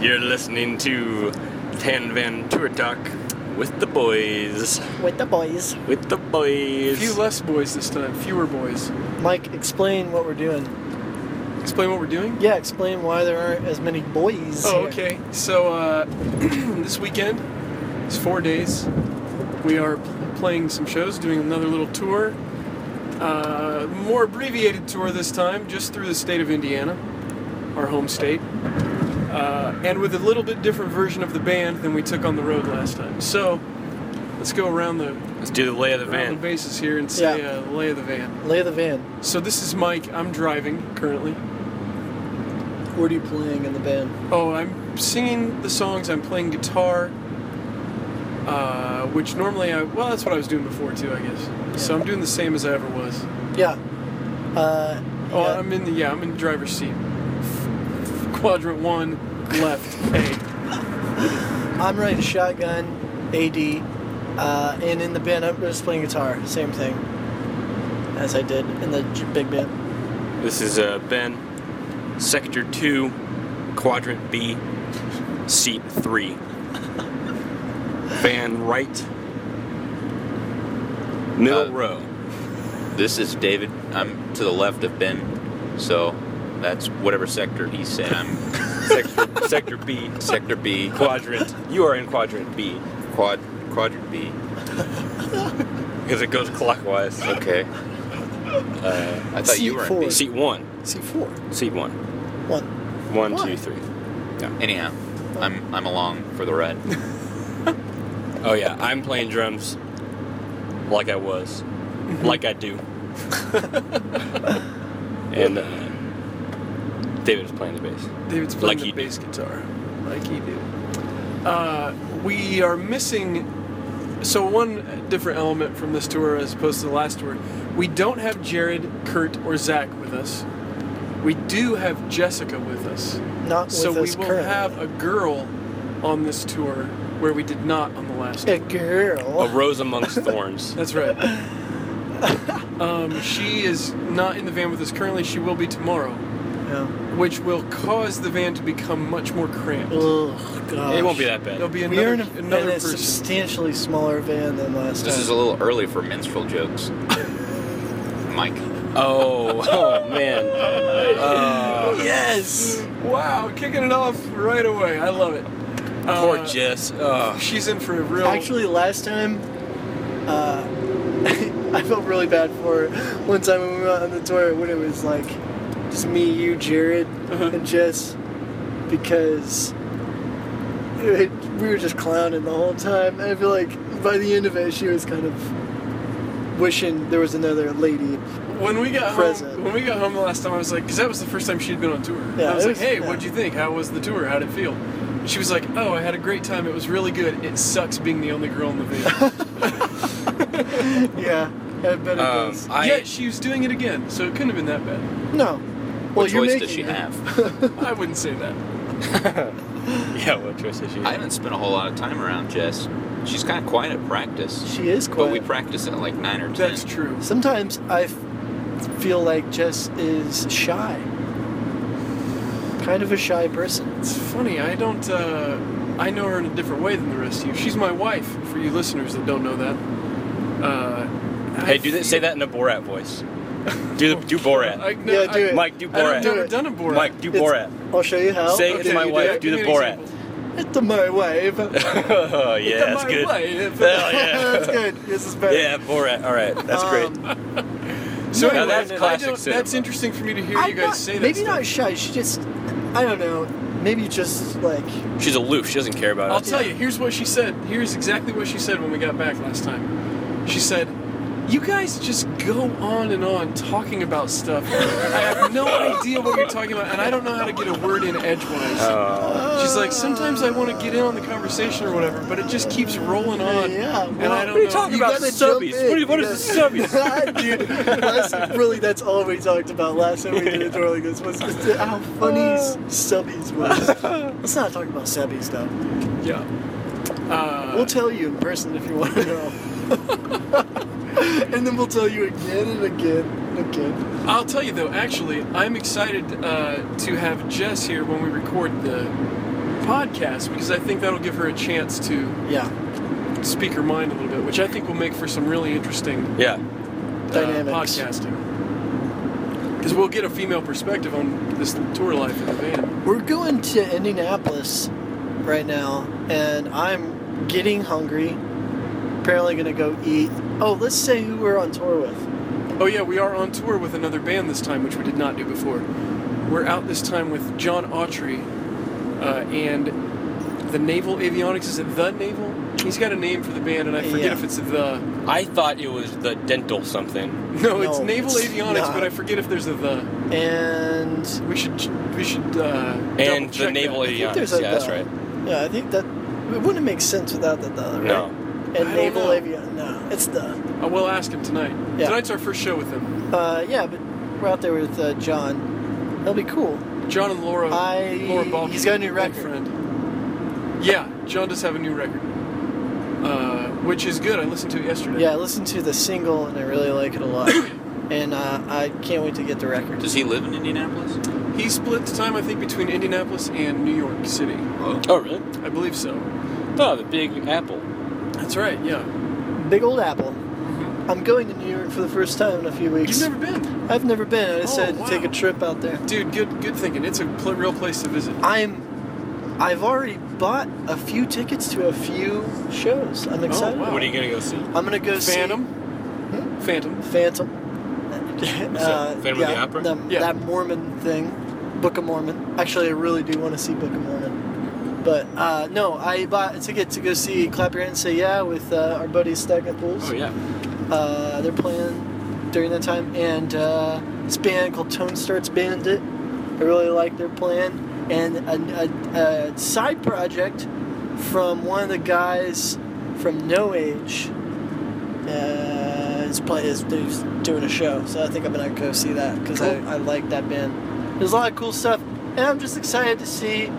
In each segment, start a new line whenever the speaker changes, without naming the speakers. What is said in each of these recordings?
You're listening to Tan Van Tour Talk with the boys.
with the boys.
With the
A
boys.
few less boys this time, fewer boys.
Mike, explain what we're doing.
Explain what we're doing.
Yeah, explain why there aren't as many boys.
Oh,
here.
okay. So uh, this weekend, it's four days. We are playing some shows, doing another little tour. Uh, more abbreviated tour this time, just through the state of Indiana, our home state, uh, and with a little bit different version of the band than we took on the road last time. So let's go around the,
Let's do the lay of the
around the
van.
bases here and say
Yeah.
uh, the lay of the van.
Lay the van.
So this is Mike. I'm driving currently.
What are you playing in the band?
Oh, I'm singing the songs. I'm playing guitar, uh, which normally I well, that's what I was doing before too, I guess. So I'm doing the same as I ever was.
Yeah. Uh,
Oh,
yeah.
I'm in the yeah, I'm in the driver's seat, quadrant one, left A.
I'm writing shotgun, AD, uh, and in the band I'm just playing guitar. Same thing as I did in the j- big band.
This is uh, Ben, Sector 2, Quadrant B, Seat 3. Van right, middle
Uh,
row.
This is David. I'm to the left of Ben, so that's whatever sector he said. I'm
Sector, sector B,
sector B,
quadrant. You are in quadrant B
quad, quadrant B.
because it goes clockwise.
Okay. Uh, I thought you were in B.
C4.
Seat 1.
C four.
Seat 1.
One.
One,
What?
two, three.
Anyhow, I'm I'm along for the ride.
Oh yeah, I'm playing drums like I was, like I do. and uh, David's playing the bass.
David's playing
Like
the
you do.
bass guitar, like he do. Uh, we are missing. So one different element from this tour as opposed to the last tour, we don't have Jared, Kurt, or Zach with us. We do have Jessica with us.
Not with
So we
us
will
currently.
have a girl on this tour where we did not on the last.
a
tour.
A
girl.
rose amongst thorns.
That's right. um, she is not in the van with us currently. She will be tomorrow,
Yeah.
which will cause the van to become much more cramped.
Oh god.
it won't be that bad.
There'll be
We are
another,
in a, in
another
a
person.
substantially smaller van than last
This
time.
is a little early for minstrel jokes. Mike,
Oh, oh man. Uh,
yes.
Wow, kicking it off right away. I love it.
poor
Uh,
Jess. Oh,
She's in for a real.
Actually, last time, uh, I felt really bad for her. One time when we went on the tour, when it was like just me, you, Jared,
Uh-huh.
and Jess, because it, we were just clowning the whole time. I feel like by the end of it, she was kind of wishing there was another lady.
when we got
present.
home, when we got home the last time, I was like, because that was the first time she had been on tour. And
Yeah,
I was
it
like,
was-
hey,
yeah.
what'd you think? How was the tour? How'd it feel? And she was like, oh, I had a great time. It was really good. It sucks being the only girl in the video.
Yeah, I bet it
um,
does.
I,
Yet she was doing it again, so it couldn't have been that bad.
No.
what
you're
choice does
making
she
her.
have?
I wouldn't say that.
yeah, what choice is she?
I haven't spent a whole lot of time around Jess. She's kind of quiet at practice,
She is
but
quiet.
we practice at like nine or ten.
That's true.
Sometimes I f- feel like Jess is shy. Kind of a shy person.
It's funny. I don't. Uh, I know her in a different way than the rest of you. She's my wife. For you listeners that don't know that. Uh,
hey,
I
do that.
feel-
Say that in a Borat voice. Do the, do Borat.
I, no,
Yeah, do
I,
it.
Mike, do
I don't-
Borat.
never done a Borat.
Mike, do
It's-
Borat.
I'll show you how.
Say it
Okay,
to my
you do
wife.
it.
Do
Give
the
me an
Borat.
example.
It's the my wave. That's
oh, yeah,
Look at
that's
my
good.
wife.
Hell yeah.
good. This is better.
Yeah, Borat. All right, that's great.
Um,
So
Now
anyway,
that's
I
classic
don't-
cinema.
That's interesting for me to hear
I'm
you guys
not-
say that.
maybe
stuff.
not shy. She just, I don't know. Maybe just like,
She's aloof. She doesn't care about
I'll
us.
tell you. Here's what she said. Here's exactly what she said when we got back last time. She said, "You guys just go on and on talking about stuff. I have no idea what you're talking about, and I don't know how to get a word in edgewise."
Oh.
She's like, sometimes I want to get in on the conversation or whatever, but it just keeps rolling on.
Yeah,
and
well,
I don't
What are you
know.
talking about?
gotta
Subbies.
jump in.
What are- what
You
is
gotta-
the
Dude, last, really, that's all we talked about last time we did a tour like this was just how funny
Uh.
s- subbies was. Let's not talk about subbies though.
Yeah. Uh,
We'll tell you in person if you want to know. and then we'll tell you again and again and again.
I'll tell you though, actually, I'm excited uh, to have Jess here when we record the podcast because I think that'll give her a chance to
Yeah.
speak her mind a little bit, which I think will make for some really interesting
Yeah.
uh,
Dynamics.
podcasting. Because we'll get a female perspective on this tour life in the van.
We're going to Indianapolis right now, and I'm getting hungry. Apparently, gonna go eat. Oh, let's say who we're on tour with.
Oh yeah, we are on tour with another band this time, which we did not do before. We're out this time with John Autry, uh, and the Naval Avionics. Is it the Naval? He's got a name for the band, and I forget
Yeah.
if it's the.
I thought it was the dental something.
No, it's
No,
Naval
it's
Avionics,
not.
but I forget if there's a the.
And
We should ch- we should uh,
And the
double-check
naval
that.
I think
avionics.
there's a
yeah, that's
the.
right.
yeah, I think that it wouldn't make sense without the the, right?
No.
And
I don't
naval
know.
avion. No, it's the.
I will ask him tonight.
Yeah.
Tonight's our first show with him.
Uh, yeah, but we're out there with uh, John. That'll be cool.
John and Laura.
I-
Laura Balkin,
he's got a new
good
record.
Friend. Yeah, John does have a new record, uh, which is good. I listened to it yesterday.
Yeah, I listened to the single and I really like it a lot, and uh, I can't wait to get the record.
Does he live in Indianapolis?
He split the time I think between Indianapolis and New York City.
Oh.
Oh, really?
I believe so.
Oh, the big apple.
That's right. Yeah.
Big old apple. I'm going to New York for the first time in a few weeks.
Mm-hmm. You've never been,
I've never been. I decided
Oh,
to take a
wow.
trip out there.
dude. Good good thinking. It's a pl- real place to visit.
I'm. I've already bought a few tickets to a few shows. I'm excited.
Oh, wow.
What are you gonna go see?
I'm gonna go
Phantom. Phantom.
see Phantom. Uh,
Phantom of the
yeah,
Opera?
that-
Yeah.
That Mormon thing, Book of Mormon. Actually, I really do want to see Book of Mormon. But uh, no, I bought a ticket to go see Clap Your Hands and Say Yeah with uh, our buddies Stack and Pools.
Oh yeah.
uh, they're playing during that time, and uh, this band called Tone Starts Bandit. I really like their plan. And a, a, a side project from one of the guys from No Age uh, is play is he's doing a show. So I think I'm gonna go see that because
Cool.
I, I like that band. There's a lot of cool stuff, and I'm just excited to see.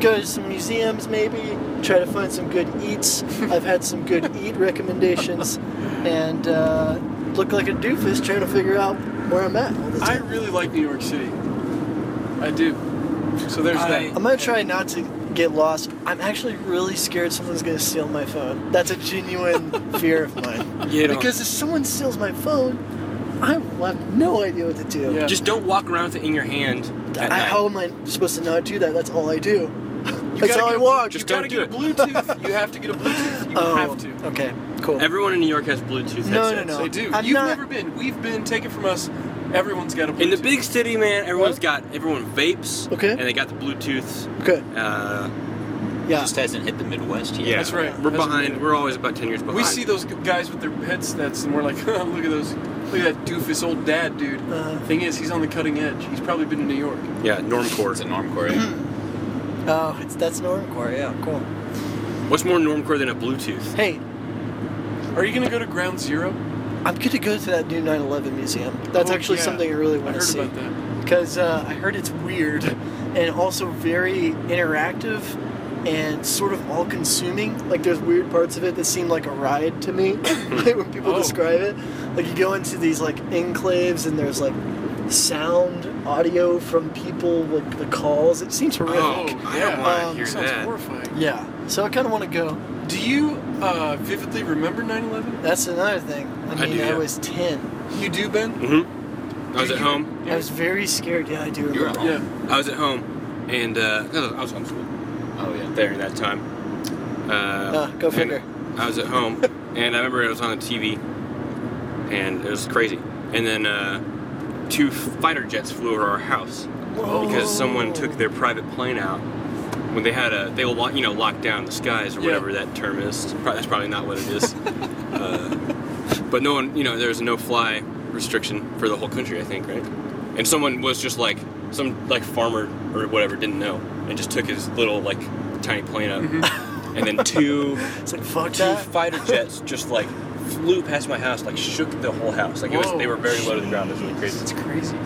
Go to some museums, maybe try to find some good eats. I've had some good eat recommendations, and uh, look like a doofus trying to figure out where I'm at. All the
I
time.
really like New York City. I do. So there's
I-
I'm gonna try not to get lost. I'm actually really scared someone's gonna steal my phone. That's a genuine fear of mine.
You don't-
Because if someone steals my phone, I will have no idea what to do.
Yeah.
Just don't walk around with it in your hand. At
I,
night.
how am I supposed to not do that? That's all I do.
You
That's
gotta
all I
get a-
watch.
Just
you
don't do
gotta get a Bluetooth. you have to get a Bluetooth. You
oh,
have to.
okay, cool.
Everyone in New York has Bluetooth
No,
headsets.
no, no.
They do.
I'm
You've
not-
never been. We've been. Take it from us. Everyone's got a Bluetooth.
In the big city, man, everyone's
What?
got everyone vapes.
Okay.
And they got the Bluetooths.
Good.
Uh,
Yeah.
Just hasn't hit the Midwest yet.
yeah.
That's right.
We're
That's
behind.
right.
We're always about ten years behind.
We see those guys with their headsets, and we're like, oh, look at those. Look at that doofus old dad, dude.
Uh-huh.
Thing is, he's on the cutting edge. He's probably been to New York.
Yeah,
It's a
normcore. Mm-hmm.
normcore. yeah.
Oh, it's that's normcore. Yeah, cool.
What's more normcore than a Bluetooth?
Hey,
Are you gonna go to Ground Zero?
I'm gonna go to that new 9/11 museum. That's
Oh,
actually
yeah.
something I really
I
want
heard
to see.
about that.
because uh, I heard it's weird and also very interactive and sort of all-consuming. Like there's weird parts of it that seem like a ride to me like, when people
Oh.
describe it. Like you go into these like enclaves and there's like sound audio from people like the calls. It seems horrific.
Oh, I
yeah.
don't want to
Um,
hear
Sounds
that.
horrifying.
Yeah, so I kind of want to go.
Do you uh, vividly remember 9/11?
That's another thing. I
I
mean, I,
do, yeah.
was ten.
You do, Ben?
Mm-hmm. I was
Do
at
you-
home.
Yeah.
I was very scared. Yeah, I do.
You're
Remember.
at home.
Yeah.
I was at home, and uh, I was on school
Oh yeah.
there that time. Uh,
Ah, go
and
figure.
I was at home, and I remember it was on the TV, and it was crazy. And then uh, two fighter jets flew over our house
Whoa.
because someone took their private plane out when they had a they lo- you know locked down the skies or
Yeah.
whatever that term is. It's prob- That's probably not what it is. uh, but no one you know there was a no fly restriction for the whole country I think right. And someone was just like some like farmer or whatever didn't know and just took his little like tiny plane up. And then two
It's like fuck
two
that.
fighter jets just like flew past my house, like shook the whole house. Like it was,
Whoa.
they were very low to the ground. It was really crazy.
crazy.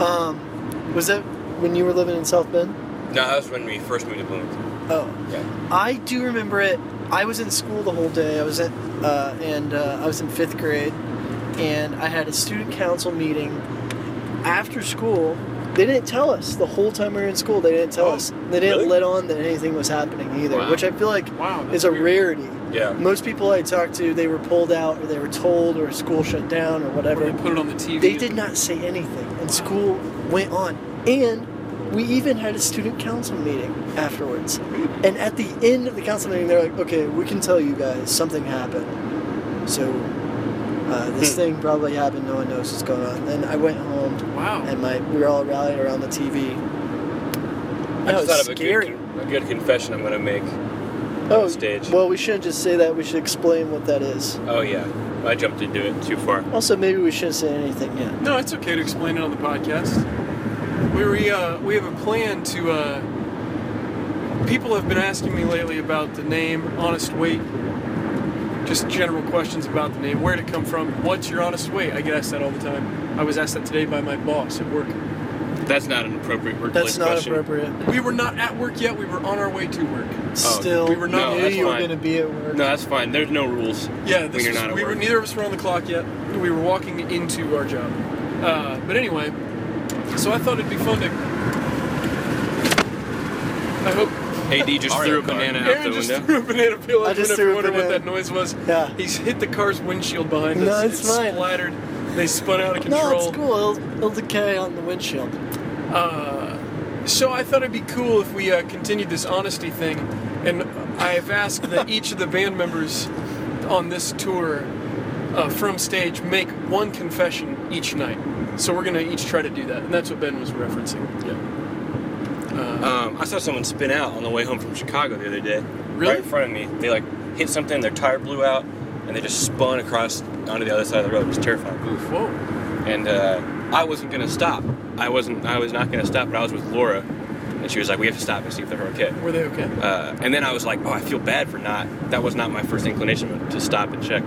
Um, was that when you were living in South Bend?
No, that was when we first moved to Bloomington.
Oh,
Yeah.
I do remember it. I was in school the whole day. I was at, uh, and uh, I was in fifth grade, and I had a student council meeting after school, They didn't tell us the whole time we were in school. They didn't tell
Oh,
us. They didn't
really?
let on that anything was happening either,
Wow.
which I feel like
Wow, that's
is a
weird.
rarity.
Yeah.
Most people I talked to, they were pulled out, or they were told, or school shut down, or
Or
whatever.
they put it on the TV.
They did not say anything, and school went on. And we even had a student council meeting afterwards. And at the end of the council meeting, they're like, okay, we can tell you guys something happened. So uh, this
Hmm.
thing probably happened, no one knows what's going on. Then I went home,
Wow.
and my we were all rallied around the TV.
I just
No,
thought
it's
of a
scary.
good, a good confession I'm gonna make.
Oh,
stage.
well, we shouldn't just say that. We should explain what that is.
Oh yeah, I jumped into it too far.
Also, maybe we shouldn't say anything yet.
No, it's okay to explain it on the podcast. We we, uh, we have a plan to. Uh, people have been asking me lately about the name, honest weight, just general questions about the name, where did it come from, what's your honest weight. I get asked that all the time. I was asked that today by my boss at work.
That's not an appropriate workplace
That's not
question.
appropriate.
We were not at work yet. We were on our way to work.
Still,
Oh, we were not-
No,
knew
that's
you were
fine.
going to be at work.
No, that's fine. There's no rules.
Yeah,
when
this
you're
was,
not at
we were
work.
neither of us were on the clock yet. We were walking into our job. Uh, but anyway, so I thought it'd be fun to. I hope
AD just
Mario
threw a
Kart.
banana out the
Aaron just
window.
threw a banana peel.
I
out the
just
window. If
threw
you
a
wonder what
banana.
that noise was,
Yeah.
he's hit the car's windshield behind
No,
us.
it's
it
fine.
splattered. They spun out of control.
No, it's cool. It'll, it'll decay on the windshield.
Uh, so I thought it'd be cool if we uh, continued this honesty thing, and I've asked that each of the band members on this tour uh, from stage make one confession each night. So we're gonna each try to do that, and that's what Ben was referencing. Yeah.
Um, I saw someone spin out on the way home from Chicago the other day.
Really?
Right in front of me. They like hit something, their tire blew out, and they just spun across onto the other side of the road. It was terrifying.
Whoa.
And uh, I wasn't gonna stop. I wasn't. I was not gonna stop. But I was with Laura, and she was like, "We have to stop and see if they're okay."
Were they okay?
Uh, and then I was like, "Oh, I feel bad for not." That was not my first inclination to stop and check.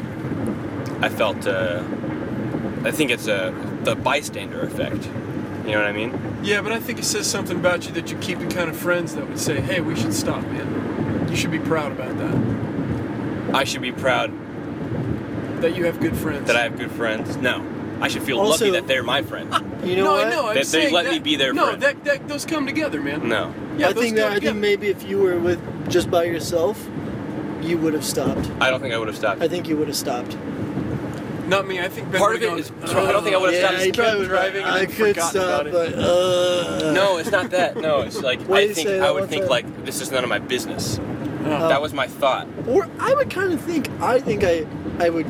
I felt. Uh, I think it's uh, the bystander effect. You know what I mean?
Yeah, but I think it says something about you that you keep the kind of friends that would say, "Hey, we should stop, man. You should be proud about that.
I should be proud
That you have good friends."
that I have good friends. No, I should feel
Also-
lucky that they're my friend.
You know
no,
what?
I know. I'm
That they
saying
let
that,
me be their
No,
friend.
that, that those come together, man.
No.
Yeah,
I
those
think
go
that I think
together.
maybe if you were with just by yourself, you would have stopped.
I don't think I would have stopped.
I think you would have stopped.
Not me. I think Ben
Part of
would've
it
gone,
is- I don't think I would have
yeah,
stopped.
you
Just
probably
kept
would've-
driving and
I
then
could
forgotten
stop,
about it.
but uh,
no, it's not that. No, it's like
Why do
I
you
think
say that
I would
one
think
time?
like this is none of my business.
Oh.
That was my thought.
Or I would kind of think. I think I I would.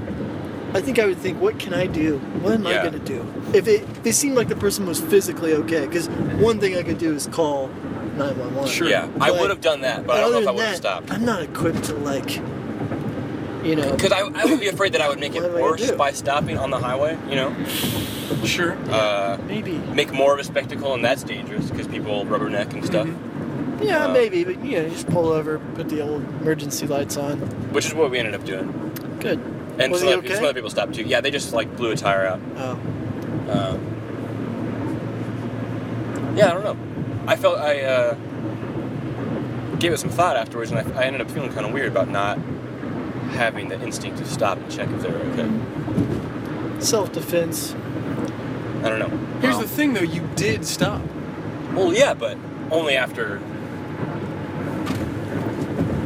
I think I would think, what can I do? What am I
Yeah.
gonna do? If it, if it seemed like the person was physically okay, because one thing I could do is call 911.
Sure.
Yeah, I
But
would have done that, but I don't know
Other
if I
than
would have
that,
stopped.
I'm not equipped to like, you know.
Because I, I would be afraid that I would make it
What am I gonna
worse
do?
by stopping on the highway. You know,
Sure.
uh,
Maybe.
make more of a spectacle, and that's dangerous because people rubberneck and stuff,
Mm-hmm.
Yeah,
Uh,
maybe, but you know, you just pull over, put the old emergency lights on.
which is what we ended up doing.
Good.
And
was
some
he
other, some
okay?
other people stopped too. Yeah, they just like blew a tire out.
Oh.
Um, yeah, I don't know. I felt I uh, gave it some thought afterwards, and I, I ended up feeling kind of weird about not having the instinct to stop and check if they were okay.
Mm-hmm.
Self-defense.
I don't know. Um,
Here's
Wow.
the thing, though. You did stop.
Well, yeah, but only after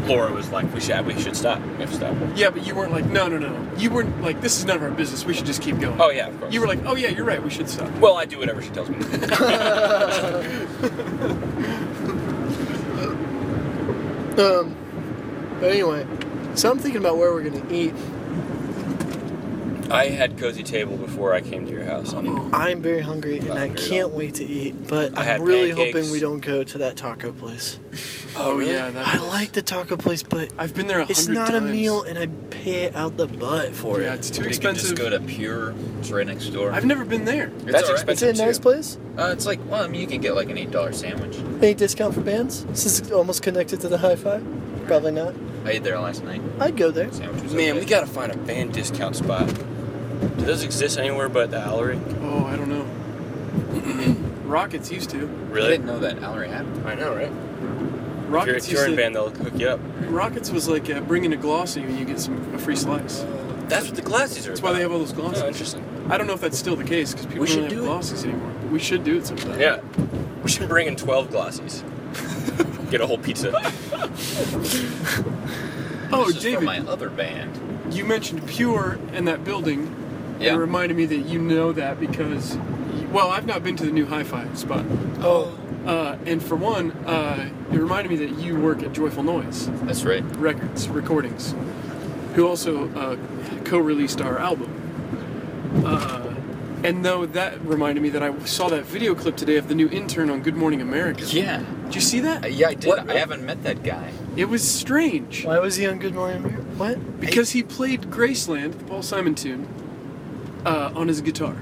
Laura was like, "We should, we should stop. We have to stop."
Yeah, but you weren't like, no, no, no. You weren't like, this is none of our business. We should just keep going.
Oh yeah, of course.
You were like, oh yeah, you're right. We should stop.
"Well, I do whatever she tells me."
Um, but anyway, so I'm thinking about where we're gonna eat.
I had cozy table before I came to your house. I'm-
I'm very hungry and I
hungry at
can't
all.
wait to eat, but
I
I'm
had
really
pancakes.
hoping we don't go to that taco place.
Oh
really?
yeah. That
I
was-
like the taco place, but
I've been there a hundred
it's not a
times.
meal and I pay out the butt for
Yeah,
it.
it's too
You could
expensive.
just go to Pure. It's right next door.
I've never been there.
It's
That's
all right.
Is it
expensive
a nice
too.
place?
Uh, it's like, well, I mean, you can get like an eight dollar sandwich.
Any discount for bands? Since it's almost connected to the hi-fi? Probably not.
I ate there last night.
I'd go there.
Sandwich was
Man,
okay.
we gotta find a band discount spot. Do those exist anywhere but the Allery?
Oh, I don't know. Rockets used to.
I
Really?
didn't know that Allery had. one.
I know, right? If you're,
Rockets
if you're in
used to.
band, they'll hook you up.
Rockets was like uh, bringing a glossy and you get some a free slice.
That's what the glasses are.
That's why they have all those
Oh,
glossies.
interesting.
I don't know if that's still the case because people
We
don't
should
have
do it.
glossies anymore. We should do it sometime.
Yeah. We should bring in 12 glossies. Get a whole pizza.
Oh,
Oh,
this is
David,
from my other band.
you mentioned Pure and that building.
Yeah.
It reminded me that you know that because, well, I've not been to the new hi fi spot.
Oh,
Uh, and for one, uh, it reminded me that you work at Joyful Noise
That's right.
Records Recordings, who also uh, co released our album. Uh, and though that reminded me that I saw that video clip today of the new intern on Good Morning America.
Yeah.
Did you see
Uh,
that?
Yeah, I did.
What-
I haven't met that guy.
It was strange.
why was he on Good Morning America? What?
Because he played Graceland, the Paul Simon tune, uh, on his guitar.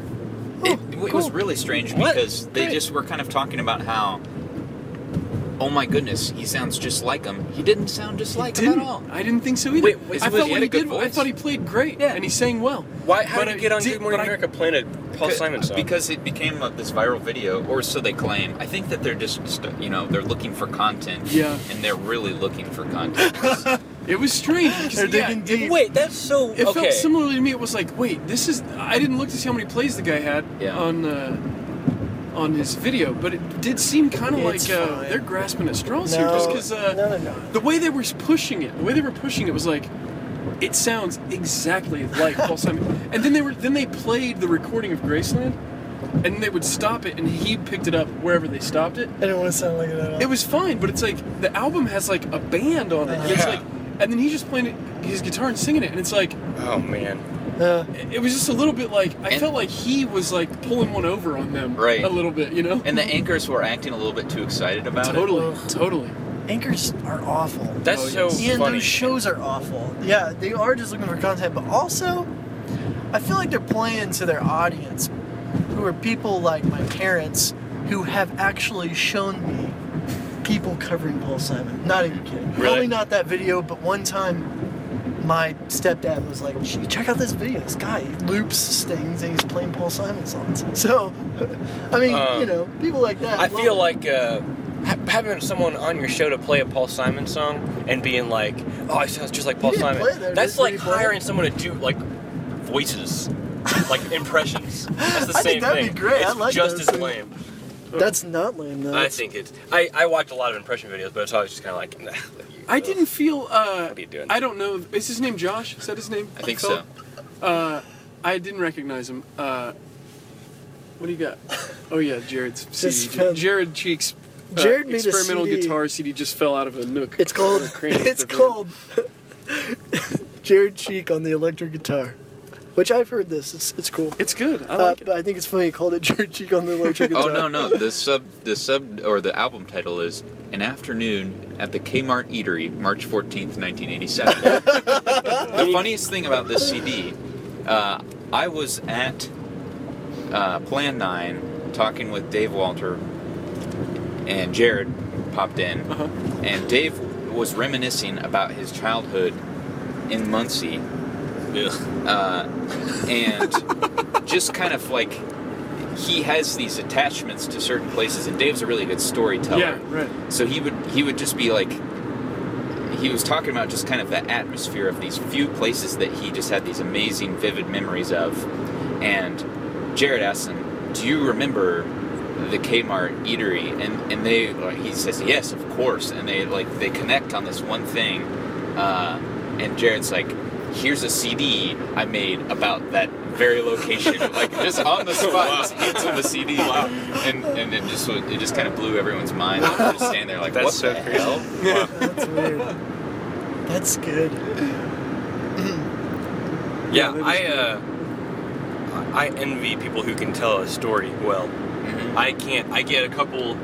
Oh,
It, it was really strange
Oh, What?
because they
Great.
just were kind of talking about how, oh my goodness, he sounds just like him. He didn't sound just like him
didn't,
at all.
I didn't think so either.
Wait,
I
was-
thought
was-
what
he
he,
had a good
did. I
voice?
thought he played great,
Yeah.
and he sang well.
Why? How
But
did
I
you get on
did-
Good Morning
but I-
America playing a Paul
Because-
Simon song?
Because it became a, this viral video, or so they claim. I think that they're just, st- you know, they're looking for content.
Yeah.
And they're really looking for content.
It was strange. because,
They're
yeah,
digging
it-
deep.
wait, that's so
It
okay.
felt similar to me. It was like, wait, this is. I didn't look to see how many plays the guy had
Yeah.
on uh, on his video, but it did seem kind of
It's
like uh,
fine.
they're grasping at straws here,
No,
just because uh,
no, no, no.
the way they were pushing it, the way they were pushing it was like, it sounds exactly like Paul Simon. And then they were then they played the recording of Graceland, and they would stop it, and he picked it up wherever they stopped it.
I didn't want to sound like it at all.
It was fine, but it's like the album has like a band on it. It's
Yeah.
like, and then he's just playing it, his guitar and singing it, and it's like
oh man.
Uh,
it was just a little bit like I
And-
felt like he was like pulling one over on them,
Right.
A little bit, you know.
and the anchors were acting a little bit too excited about it.
totally, totally.
anchors are awful.
That's so
Oh, yes.
and
funny.
those shows are awful. Yeah, they are just looking for content, but also, I feel like they're playing to their audience, who are people like my parents, who have actually shown me people covering Paul Simon. Not even kidding. Probably not that video, but one time, my stepdad was like, "Gee, "Check out this video. This guy he loops things and he's playing Paul Simon songs." So, I mean,
Um,
you know, people like that.
I
love
feel
it.
like uh, ha- having someone on your show to play a Paul Simon song and being like, "Oh, it sounds just like Paul
didn't
Simon."
play there,
that's
did you?
like
You played?
hiring someone to do like voices, like impressions. That's the
I think
same
that'd
thing.
be great.
It's
I like
just
those
as
things.
lame.
that's not lame though.
I think it's. I, I watch a lot of impression videos, but it's always just kind of like. Nah, you
I
go."
didn't feel. Uh,
What are you doing?
I don't know. Is his name Josh? Is that his name?
I think
Phil?
so.
Uh, I didn't recognize him. Uh, what do you got? Oh yeah, Jared's
Just
CD.
fell-
Jared Cheeks. Uh,
Jared made a
experimental
CD.
guitar CD just fell out of a nook.
It's called.
or cranny of
it's
the van.
called. Jared Cheek on the electric guitar, which I've heard this. It's, it's cool.
It's good. I
uh,
like it.
but I think it's funny. He called it Jared Cheek on the electric guitar.
Oh no no the sub the sub or the album title is An Afternoon at the Kmart Eatery March 14th 1987. the funniest thing about this CD, uh, I was at uh, Plan Nine talking with Dave Walter and Jared popped in
Uh-huh.
and Dave was reminiscing about his childhood in Muncie
Ugh.
uh, and just kind of like he has these attachments to certain places and dave's a really good storyteller
yeah, right.
so he would he would just be like he was talking about just kind of the atmosphere of these few places that he just had these amazing vivid memories of and jared asked him do you remember the kmart eatery and and they like, he says yes of course and they like they connect on this one thing uh, and jared's like here's a cd i made about that very location like just on the spot just hands him the cd and and it just was- it just kind of blew everyone's mind I was just standing there like
That's
what
so
the
crazy.
hell
That's weird. That's good.
Yeah,
that is
I uh, I envy people who can tell a story well. I can't. I get a couple.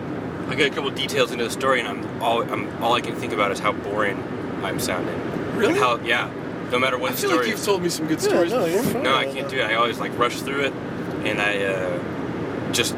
I get a couple details into the story, and I'm all. I'm all I can think about is how boring I'm sounding.
Really?
And how? Yeah. No matter what
I feel
story.
like you've told me some good
Yeah,
stories.
no, you're
before.
fine.
no, I can't do it. I always like rush through it, and I uh, just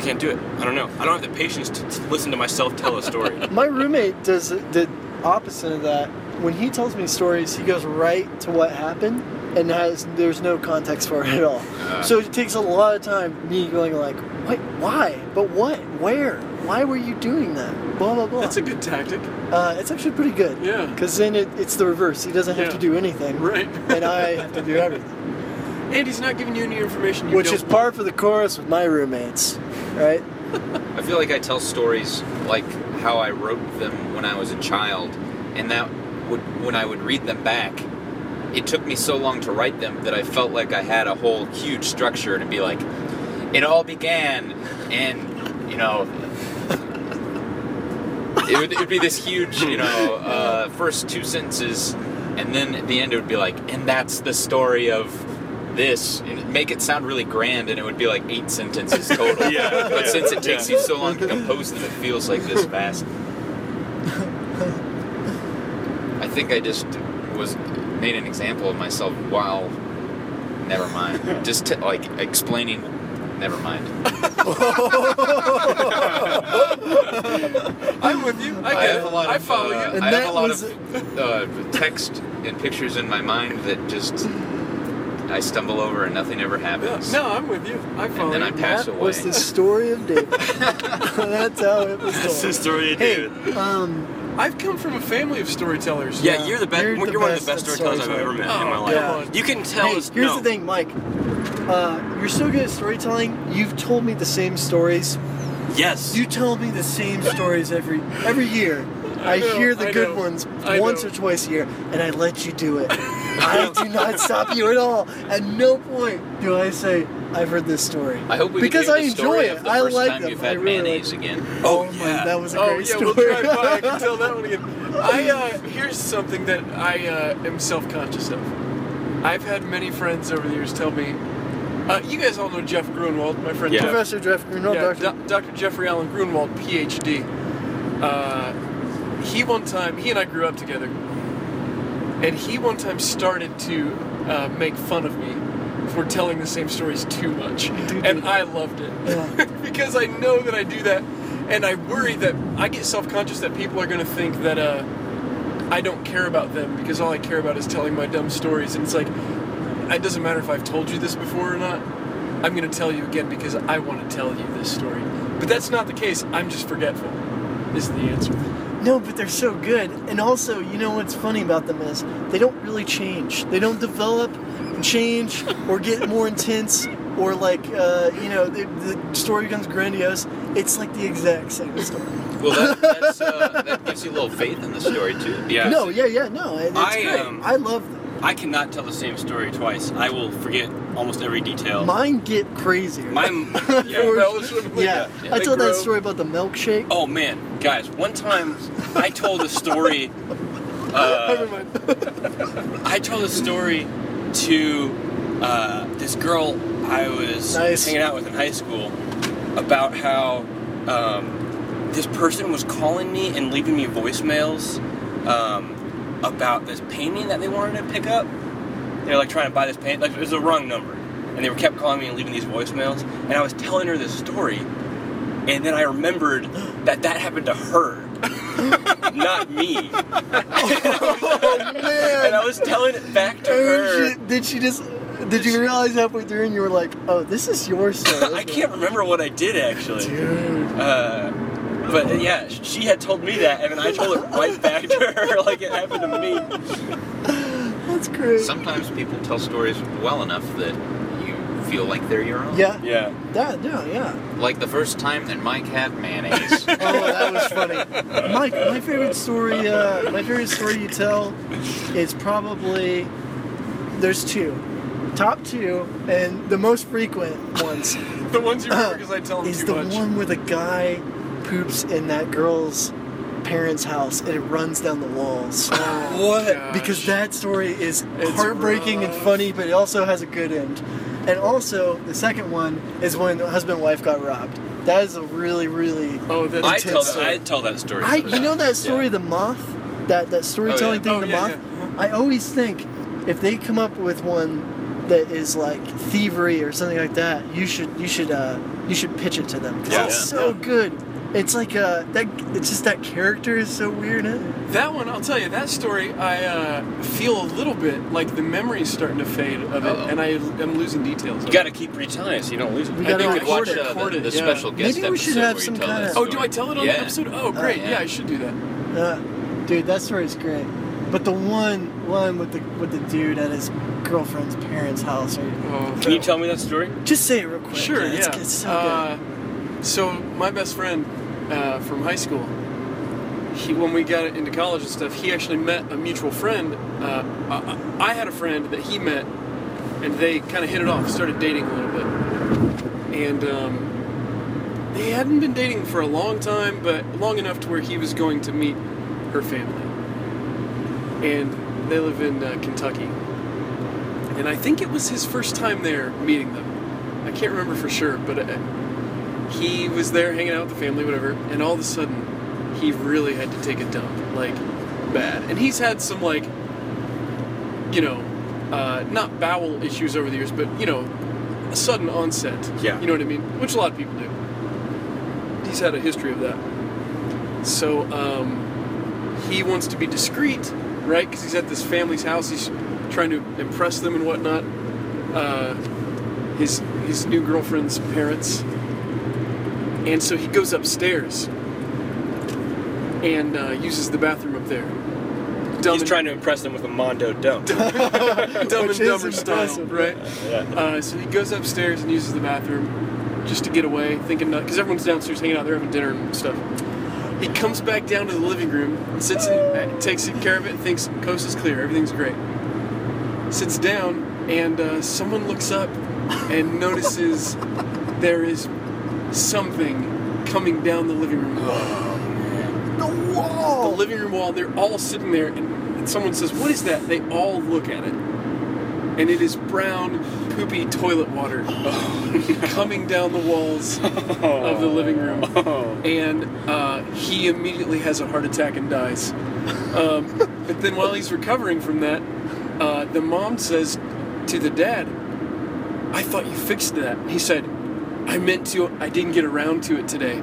can't do it. I don't know. I don't have the patience to, to listen to myself tell a story.
My roommate does the opposite of that. When he tells me stories, he goes right to what happened and has there's no context for it at all.
Uh.
so it takes a lot of time me going like, wait, why? But what? Where? Why were you doing that? Blah blah blah.
That's a good tactic.
Uh, it's actually pretty good.
Yeah.
Because then it, it's the reverse. He doesn't have
Yeah.
to do anything.
Right.
And I have to do everything.
And he's not giving you any information you
Which
don't
is par for the course with my roommates. right?
I feel like I tell stories like how I wrote them when I was a child, and that would when I would read them back, it took me so long to write them that I felt like I had a whole huge structure to be like, it all began, and you know, it would it'd be this huge, you know, uh, first two sentences, and then at the end it would be like, and that's the story of. This and make it sound really grand, and it would be like eight sentences total.
Yeah,
but
yeah,
since it takes
yeah.
you so long to compose them, it feels like this fast. I think I just was made an example of myself while. Never mind. Just t- like explaining. Never mind.
I'm with you. I,
I
get
have
it.
a lot of.
I follow
uh,
you.
And
I have
that
a lot
was-
of uh, text and pictures in my mind that just I stumble over and nothing ever
Yeah.
happens.
No, I'm with you. I follow
then I
you.
pass
that
away.
was the story of David. That's how it was
That's the
told.
story of
Hey,
David.
um,
I've come from a family of storytellers.
yeah, you're the best.
You're
You're,
the
one of
best
the
at
best storytellers I've ever
storytelling.
met in my
Oh,
life.
come on.
You can tell.
hey,
us,
here's
no.
the thing, Mike. Uh, you're so good at storytelling. You've told me the same stories.
Yes.
You tell me the same stories every every year. I,
know,
hear the
I
good
know,
ones
I
once
know.
or twice a year, and I let you do it. I do not stop you at all. At no point do I say I've heard this story.
I hope we
because
can
I
hear the
enjoy
story
it.
of the
I
first
like
time
them.
you've
I
had
really like
mayonnaise again.
Oh,
Oh,
my,
yeah.
that was a
Oh
great
yeah,
story.
we'll drive by. I can tell that one again. I uh, here's something that I uh, am self-conscious of. I've had many friends over the years tell me, uh, you guys all know Jeff Grunwald, my friend.
Yeah.
Jeff,
Professor Jeff Grunwald,
yeah,
Dr.
Do- Dr. Jeffrey Allen Grunwald, PhD. Uh, he one time, he and I grew up together, and he one time started to uh, make fun of me for telling the same stories too much, and I loved it
Yeah.
because I know that I do that, and I worry that I get self-conscious that people are going to think that uh, I don't care about them because all I care about is telling my dumb stories, and it's like it doesn't matter if I've told you this before or not. I'm going to tell you again because I want to tell you this story. But that's not the case. I'm just forgetful. Is the answer.
No, but they're so good. And also, you know what's funny about them is they don't really change. They don't develop, change, or get more intense, or like, uh, you know, the, the story becomes grandiose. It's like the exact same story.
Well, that, that's, uh, that gives you a little faith in the story too.
Yeah.
No, yeah, yeah, no. it- It's
I,
great.
um,
I love them.
I cannot tell the same story twice. I will forget almost every detail.
Mine get crazier.
Mine.
Or-
Yeah.
yeah.
yeah,
I
they
told that
grow.
story about the milkshake.
Oh man, guys! One time, I told a story.
Never mind.
I told a story to uh, this girl I was
Nice.
hanging out with in high school about how um, this person was calling me and leaving me voicemails um, about this painting that they wanted to pick up. They were like trying to buy this paint, like it was the wrong number, and they were kept calling me and leaving these voicemails. And I was telling her this story, and then I remembered that that happened to her, not me.
Oh, man.
And I was telling it back to her.
Oh, she- did she just. Did you realize halfway through and you were like, oh, this is your story?
I can't remember what I did actually.
Dude.
Uh, but yeah, sh- she had told me that, and then I told it right back to her like it happened to me.
That's great.
Sometimes people tell stories well enough that you feel like they're your own.
yeah.
Yeah.
That, no, yeah.
Like the first time that Mike had mayonnaise.
Oh, that was funny. Mike, my favorite story, uh, my favorite story you tell is probably there's two, top two, and the most frequent ones
The ones you remember because I tell them
Uh, is
too
the
much.
one where the guy poops in that girl's parents' house and it runs down the walls.
What?
God.
because that story is
Oh, It's
heartbreaking and
rough.
funny, but it also has a good end. And also, the second one is when husband and wife got robbed. That is a really, really
Oh, that's
I tell
Intense
that. I tell that story.
I,
sometimes.
you know that story, the moth, that that storytelling thing,
Oh,
Oh, yeah.
the
yeah,
moth. I always think if they come up with one that is like thievery or something like that, you should you should uh, you should pitch it to them 'cause
Yeah.
it's
Yeah.
so good. It's like uh, that. It's just that character is so weird. Huh?
That one, I'll tell you, that story, I uh, feel a little bit like the memory's starting to fade of it,
Uh-oh.
and I am losing details.
You gotta keep retelling it so you don't lose it.
We
I
gotta
think we
you could
record
watch
watched
it,
uh,
record
the,
it,
the
yeah.
special guest
Maybe we should
episode
have
where you
some
tell
kinda-
that
oh,
story.
do I tell it on
yeah.
the episode? Oh, great.
yeah.
yeah. I should do that. Oh,
Uh, dude, that story's great. But the one one with the with the dude at his girlfriend's parents' house. Or,
Oh,
Can you tell me that story?
just say it real quick.
Sure, yeah.
It's, it's so
uh, So my best friend uh, from high school, he when we got into college and stuff, he actually met a mutual friend. Uh, I, I- I had a friend that he met, and they kind of hit it off, started dating a little bit, and um, they hadn't been dating for a long time, but long enough to where he was going to meet her family, and they live in uh, Kentucky. And I think it was his first time there meeting them. I can't remember for sure, but uh he was there hanging out with the family, whatever, and all of a sudden, he really had to take a dump, like, bad. And he's had some, like, you know, uh, not bowel issues over the years, but, you know, a sudden onset.
Yeah.
You know what I mean? Which a lot of people do. He's had a history of that. So, um, he wants to be discreet, right? Because he's at this family's house, he's trying to impress them and whatnot. Uh, his, his new girlfriend's parents and so he goes upstairs and uh, uses the bathroom up there. Dumb
He's
and-
trying to impress them with a Mondo dump.
Dumb
Which
and
is
Dumber style,
impressive.
right?
Yeah.
Uh, so he goes upstairs and uses the bathroom just to get away, thinking not because everyone's downstairs hanging out, they're having dinner and stuff. He comes back down to the living room, and sits, in, uh, takes care of it, and thinks coast is clear, everything's great. Sits down, and uh, someone looks up and notices there is something coming down the living room wall
The
the
wall.
living room wall. They're all sitting there, and someone says, "What is that?" They all look at it, and it is brown, poopy toilet water coming down the walls of the living room. And uh, he immediately has a heart attack and dies. Um, but then, while he's recovering from that, uh, the mom says to the dad, "I thought you fixed that." He said, "I meant to. I didn't get around to it today."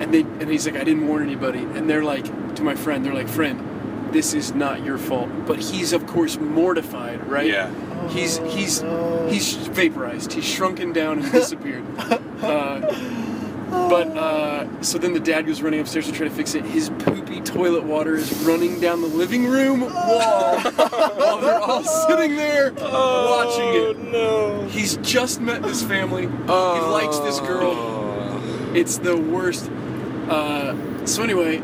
And they and he's like, I didn't warn anybody. And they're like to my friend, they're like, friend, this is not your fault. But he's of course mortified, right?
Yeah.
He's he's
no.
he's vaporized. He's shrunken down and disappeared. uh, but uh, so then the dad goes running upstairs to try to fix it. His poopy toilet water is running down the living room wall while they're all sitting there
Oh.
watching it.
no.
He's just met this family. He likes this girl.
Oh.
It's the worst. Uh, so anyway,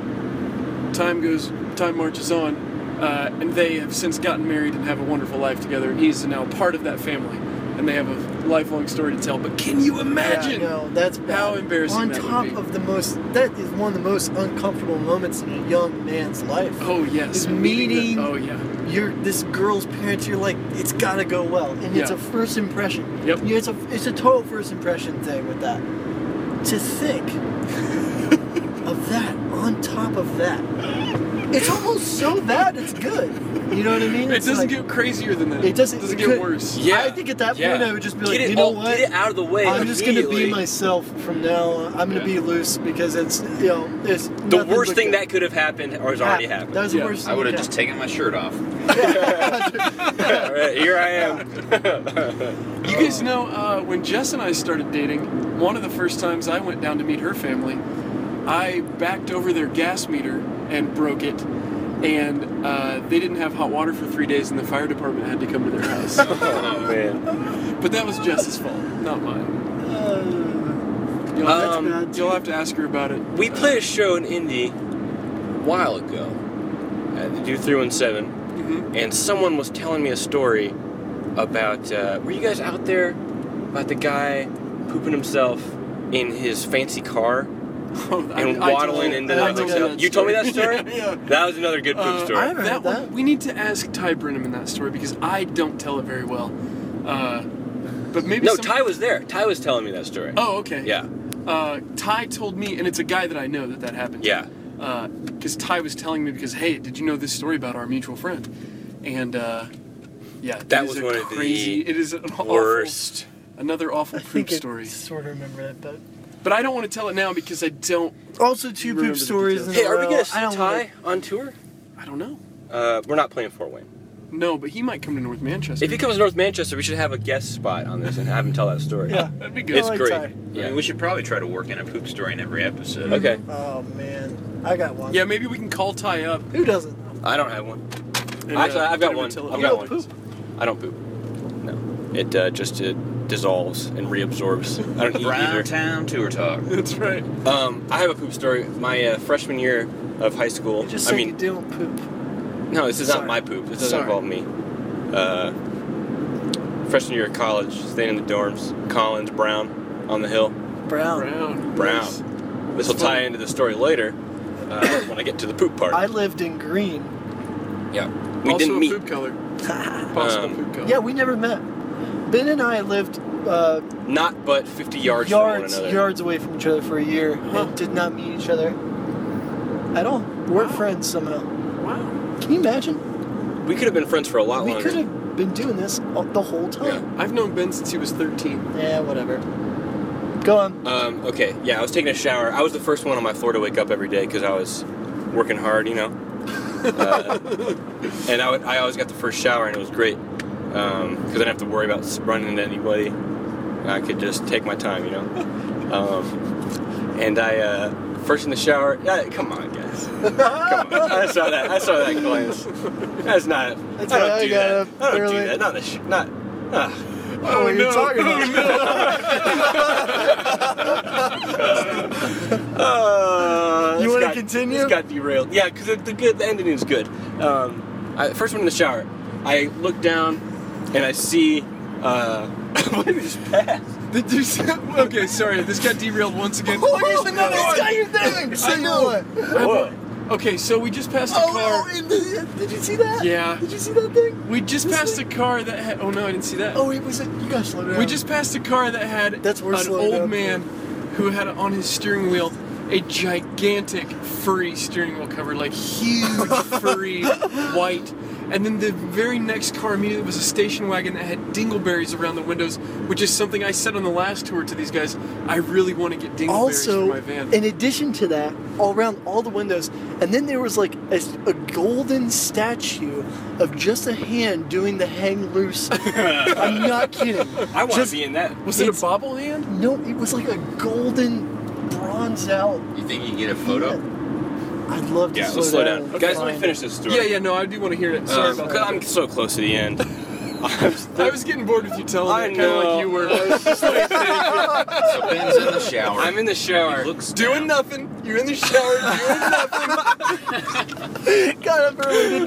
time goes, time marches on, uh, and they have since gotten married and have a wonderful life together. And he's now part of that family, and they have a lifelong story to tell. But can you imagine?
Yeah, no, that's bad.
how embarrassing
On
that would
top
be.
of the most, that is one of the most uncomfortable moments in a young man's life.
Oh yes,
Is meeting-
Oh yeah,
You're this girl's parents. You're like, it's gotta go well, and it's
Yeah.
a first impression.
Yep.
Yeah, it's a it's a total first impression thing with that. To think of that on top of that, it's almost so bad it's good. You know what I mean?
it
It's
doesn't
like-
get crazier than that.
It doesn't-
doesn't
it
get
could-
worse.
Yeah.
I think at that
yeah.
point I would just be like,
Get it
you know
all-
what?
Get it out of the way.
I'm just gonna be
immediately.
myself from now. on. I'm gonna
Yeah.
be loose because it's you know it's
The worst thing that could have happened or has already
That
happened.
was the
Yeah.
worst.
I
thing
would have
that
just
happened.
taken my shirt off.
All right, here I am.
Oh.
You guys know uh, when Jess and I started dating, one of the first times I went down to meet her family, I backed over their gas meter and broke it. And uh, they didn't have hot water for three days, and the fire department had to come to their house.
Oh man.
but that was Jess's fault, not mine.
Uh,
You'll,
that's
Um,
bad.
you'll have to ask her about it.
We played a show in Indy a while ago at the Do 317,
Mhm.
and someone was telling me a story about. Uh, were you guys out there about the guy pooping himself in his fancy car
Oh, I-
and
I told-
waddling into
I
the
told you
hotel?
that
You told me that story?
yeah.
That was another good poop
Uh,
story.
I
haven't
that
heard
one.
that.
We need to ask Ty Brenham in that story because I don't tell it very well. Uh, but maybe
no,
some-
Ty was there. Ty was telling me that story.
Oh, okay.
Yeah.
Uh, Ty told me, and it's a guy that I know that that happened. to.
Yeah.
Because Ty was telling me, because hey, did you know this story about our mutual friend? And uh, yeah,
That
is
was
a
one of the
crazy. it is an awful-
Worst.
another awful
I
poop
think I
story.
sort of remember that, but
But I don't want to tell it now because I don't.
also two
Remember
poop
the
stories.
details.
in
Hey,
a
are we
row.
gonna
I don't
tie on tour?
I don't know.
Uh, we're not playing Fort Wayne.
No, but he might come to North Manchester.
If he comes to North Manchester, we should have a guest spot on this and have him tell that story.
Yeah.
That'd be good.
it's
I like
great.
Ty.
I
Yeah.
mean, we should probably try to work in a poop story in every episode.
okay.
Like, oh man, I got one.
yeah, maybe we can call Ty up.
Who doesn't?
I don't have one.
and, uh,
Actually, I've
let
got
him
one.
tell it
I've
later.
got one. I don't poop. No. It uh, just it dissolves and reabsorbs. I don't eat either.
Brown Town Tour Talk.
That's right.
Um, I have a poop story. My uh, freshman year of high school.
Just
I
so
mean,
you don't poop.
No, this is
Sorry.
not my poop. This doesn't
Sorry.
involve me. Uh, freshman year of college, staying in the dorms. Collins, Brown, on the hill.
Brown.
Brown. Nice.
Brown. This will tie
fun.
into the story later uh, when I get to the poop part.
I lived in green.
yeah. We
also
didn't
a
meet.
poop color. Possible
Um,
poop color.
Yeah, we never met. Ben and I lived uh,
Not but 50 yards,
yards
from one another.
yards away from each other for a year
Huh.
and did not meet each other at all. We're
Wow.
friends somehow.
Wow.
Can you imagine?
We could have been friends for a lot
we
longer.
could have been doing this all- the whole time.
I've known Ben since he was 13.
Yeah. whatever. Go on.
Um, okay, yeah, I was taking a shower. I was the first one on my floor to wake up every day because I was working hard, you know. Uh, and I, would, I always got the first shower, and it was great because I didn't have to worry about s- running into anybody. I could just take my time, you know. Um, and I uh, first in the shower. Yeah, come on, guys. Come on. I saw that. I saw that glance. That's not.
That's
I don't
right, I
do
got
that.
up
I don't
early.
do that. Not in the sh- not. ah.
Oh, what are you talking about?
Uh,
You
this
wanna
got-
continue?
This got derailed. Yeah, because the, the good the ending is good. Um, I, first one in the shower. I look down and I see. Uh, what did just pass?
Did you see- okay, sorry. This got derailed once again.
Oh, here's another
one.
guy you're thinking.
I know.
Whoa.
Okay, so we just passed a
Oh,
car.
oh, and the- did you see that?
Yeah.
Did you see that thing?
we just
this
passed a
thing-
car that had. Oh no, I didn't see that.
Oh, it was a, you gotta slow down.
We just passed a car that had
That's where
an
slow
old
down
man who had on his steering wheel a gigantic furry steering wheel cover, like huge furry white. And then the very next car immediately was a station wagon that had dingleberries around the windows, which is something I said on the last tour to these guys. I really want to get dingleberries
also,
for my van.
in addition to that, all around all the windows, and then there was like a, a golden statue of just a hand doing the hang loose. I'm not kidding.
I want to
Just-
be in that.
was it a
it's-
bobble hand?
No, it was like a golden, bronze out.
You think you can get a photo?
hand. I'd love to
Yeah,
slow,
let's slow down.
down.
Guys,
Fine.
let me finish this story.
Yeah, yeah, no, I do want to hear it. Sorry
Um,
about
'cause
that.
I'm so close to the end. I was,
I was getting bored with you
I
telling it, kind of
know.
like you were.
So Ben's in the shower.
I'm in the shower.
He looks
doing
down.
nothing. You're in the shower doing nothing.
Got up early to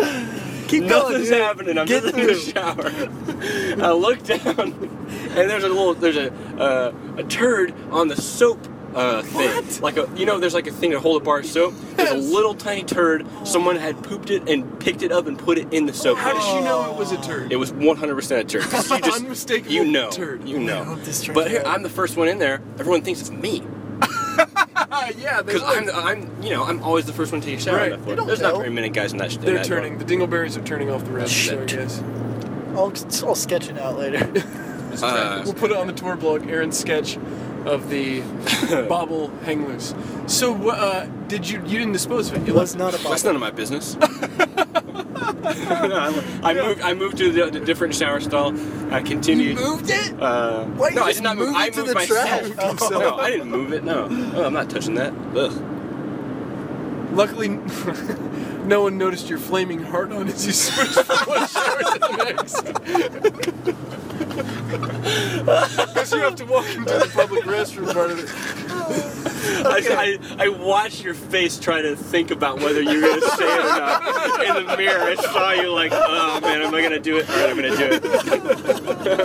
nothing. Keep going.
Nothing's
dude.
happening. I'm
Get
just in the
through.
shower. I look down, and there's a little, there's a uh, a turd on the soap uh, thing.
What?
Like a, you know, there's like a thing to hold a bar of soap. There's a
Yes.
little tiny turd. Someone had pooped it and picked it up and put it in the soap.
How did you know it was a turd?
It was 100% a turd. 'Cause You just,
Unmistakable
You know.
turd.
You know.
hope this turns
But here,
out.
I'm the first one in there. Everyone thinks it's me.
Ah, yeah, they
Because I'm,
would.
the- I'm, you know, I'm always the first one taking a shower. on
Right.
that
They
floor.
don't
There's
know.
not very many guys in that. in
They're
that dorm.
turning. The dingleberries are turning off the rest.
Shit.
So I guess.
I'll, I'll sketch it out later.
Uh,
We'll put it on the tour blog. Aaron's sketch of the bobble hang loose. So wha- uh, did you? You didn't dispose of it. You
It was
left
not a
That's
box.
none of my business. No, I, I moved. I moved to the, the different shower stall. I continued.
moved it?
Uh,
Why you
no, I
just
did not move.
move
I
it to
moved
the
myself.
trash? Oh.
No, I didn't move it. No, no I'm not touching that. Ugh.
it. Luckily, no one noticed your flaming heart on as you switched from one shower to the next. Because you have to walk into the public restroom part of it.
I, I, I watched your face try to think about whether you were gonna say it or not in the mirror. I saw you like, oh man, am I gonna do it? All right, I'm gonna do it.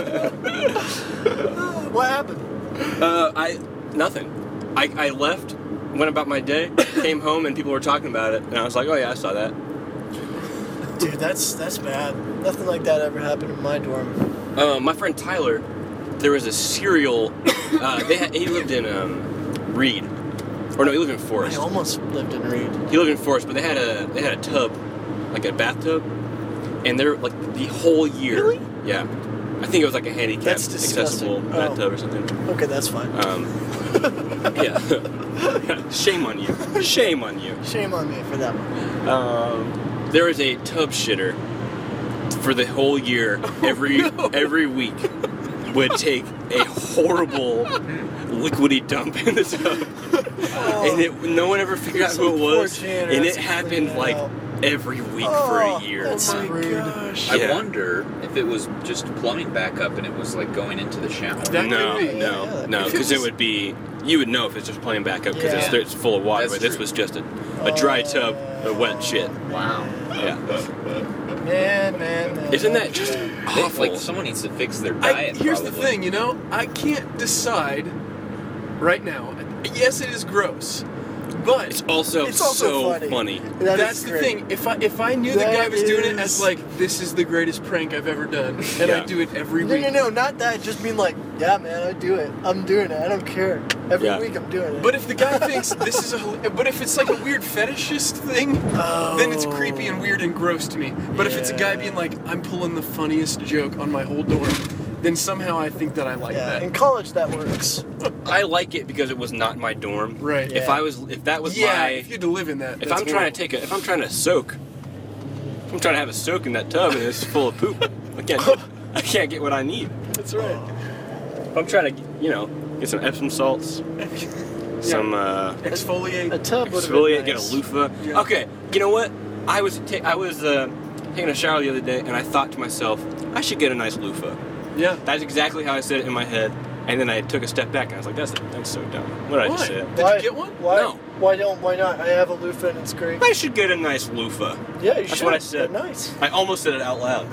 What happened?
Uh, I nothing. I, I left, went about my day, came home, and people were talking about it, and I was like, oh yeah, I saw that.
Dude, that's that's bad. Nothing like that ever happened in my dorm.
Uh, my friend Tyler, there was a serial. Uh, they had, he lived in um, Reed, or no, he lived in
I
Forest.
almost lived in Reed.
He lived in Forest, but they had a they had a tub, like a bathtub, and they're like the whole year.
Really?
Yeah, I think it was like a handicap
That's disgusting.
accessible
Oh.
bathtub or something.
Okay, that's fine.
Um, yeah, shame on you, shame on you.
Shame on me for that one.
Um, there is a tub shitter for the whole year,
Oh,
every every week, would take a horrible liquidy dump in the tub,
Oh,
and it, no one ever figured out who it
Oh. Poor
was,
janitor,
and it
that's
happened
cleaning it
like
out.
every week
Oh,
for a year.
that's
my
Screwed.
gosh.
Yeah.
I wonder if it was just plumbing back up and it was like going into the shower.
That
no,
could be.
no,
Yeah, that
no,
could be.
because it would be. You would know if it's just playing back up because it's,
Yeah.
it's full of water.
That's
but this
true.
was just a, a dry tub of wet shit.
Wow.
Yeah.
Man, man, man.
Isn't that just
They-
awful?
like someone needs to fix their
I,
diet.
here's the
probably.
thing, you know, I can't decide right now. Yes, it is gross, but
it's also
It's also
so
funny.
funny.
That is
that's the
great.
thing. If I if I knew
That
the guy was doing it
is-
as like this is the greatest prank I've ever done, and I
Yeah.
do it every
No,
week.
no, no, not that. I just mean like, yeah, man, I do it. I'm doing it. I don't care. Every
Yeah.
week I'm doing it.
But if the guy thinks this is a, hel- but if it's like a weird fetishist thing, then it's creepy and weird and gross to me. But if it's a guy
Yeah.
being like, I'm pulling the funniest joke on my whole dorm, then somehow I think that I like
yeah, in
that.
college that works.
I like it because it was not my dorm.
Right.
If
Yeah.
I was, if that was
yeah,
my,
if you had to live in that.
if I'm
that's
trying to
horrible.
take a, if I'm trying to soak, if I'm trying to have a soak in that tub and it's full of poop. I can't, get- I can't get what I need.
that's right.
If I'm trying to, you know, get some Epsom salts, some uh,
A
Exfoliate.
tub would
exfoliate,
nice.
get a loofah.
Yeah.
Okay, you know what? I was ta- I was uh, taking a shower the other day and I thought to myself, I should get a nice loofah.
Yeah.
That's exactly how I said it in my head. And then I took a step back and I was like, that's that's so dumb. What did I
Why?
just say?
Did
why,
you get one?
Why?
No.
Why don't? Why not? I have a loofah and it's great.
I should get a nice loofah.
Yeah, you
That's
should.
what I said.
They're nice.
I almost said it out loud.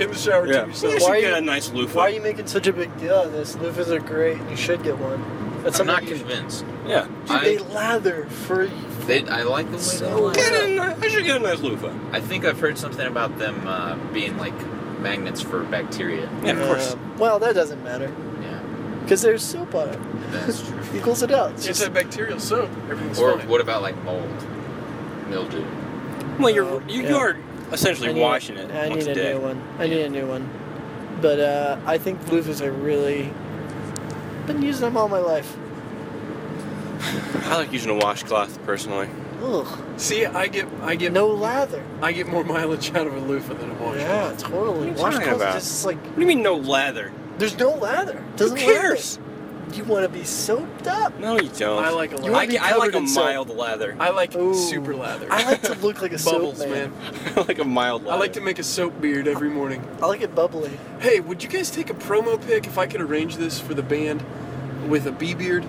In the shower
Yeah.
to
I
yourself.
should
Why are
get
you-
a nice loofah.
Why are you making such a big deal out of this? Loofahs are great. and You should get one. That's something
I'm not
you should-
convinced.
Yeah.
Dude,
I-
they lather for you.
They, I like the way
So-
they look.
Get a ni- I should get a nice loofah.
I think I've heard something about them uh, being like magnets for bacteria.
Yeah, of course.
Um, well, that doesn't matter
Yeah,
because there's soap on it.
that's true.
Equals it out. It's just-
Antibacterial soap. Everything's
or
fine.
what about like mold, mildew?
Well, you're
Uh,
you,
yeah.
you are essentially
I need-
washing it
I
once
need
a
a
day.
new one. I need a new one. But uh, I think Bluetooth are really. Been using them all my life.
I like using a washcloth personally.
Ugh.
See, I get I get
No lather.
I get more mileage out of a loofah than a washcloth.
Yeah, totally.
What are you talking
Washcloths
about?
just like
What do you mean no lather?
there's no lather. Doesn't
Who cares?
lather. You want to be soaped up.
No, you don't.
I like a
You
I,
lather.
wanna
I,
be
I like
covered
a
in soap.
mild lather.
I like
Ooh.
super lather.
I like to look like a soap
bubbles,
man.
man.
I like a mild lather.
I like to make a soap beard every morning.
I like it bubbly.
Hey, would you guys take a promo pic if I could arrange this for the band with a bee beard?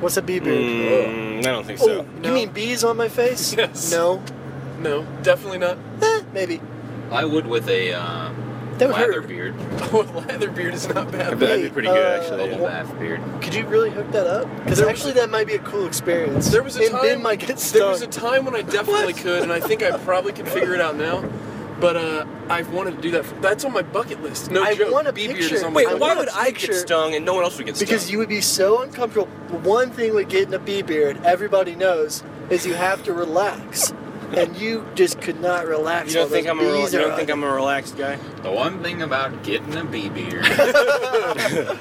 What's a bee beard?
Mm, I don't think
Oh,
so.
you
No.
mean bees on my face?
Yes.
No.
No, definitely not.
Eh, maybe.
I would with a uh,
That would
lather
hurt.
beard,
Oh, a lather beard is not
I
bad.
bet that'd be
Hey,
pretty good
uh,
actually.
bubble
yeah.
bath beard.
Could you really hook that up? Because
There was-
actually, that might be a cool experience.
There was a
and
time
Ben might get stung.
There was a time when I definitely could, and I think I probably can figure it out now. But uh, I've wanted to do that. For, that's on my bucket list. No
I
joke.
want a
bee beard
picture.
is on my
Wait,
I
bucket
why
want
would
a
I
picture-
get stung and no one else would get stung?
Because you would be so uncomfortable. One thing with getting a bee beard, everybody knows, is you have to relax, and you just could not relax.
You
while
don't
those
think I'm a rela-
bees
you
are
don't
on
think
you.
I'm a relaxed guy?
The one thing about getting a bee beard,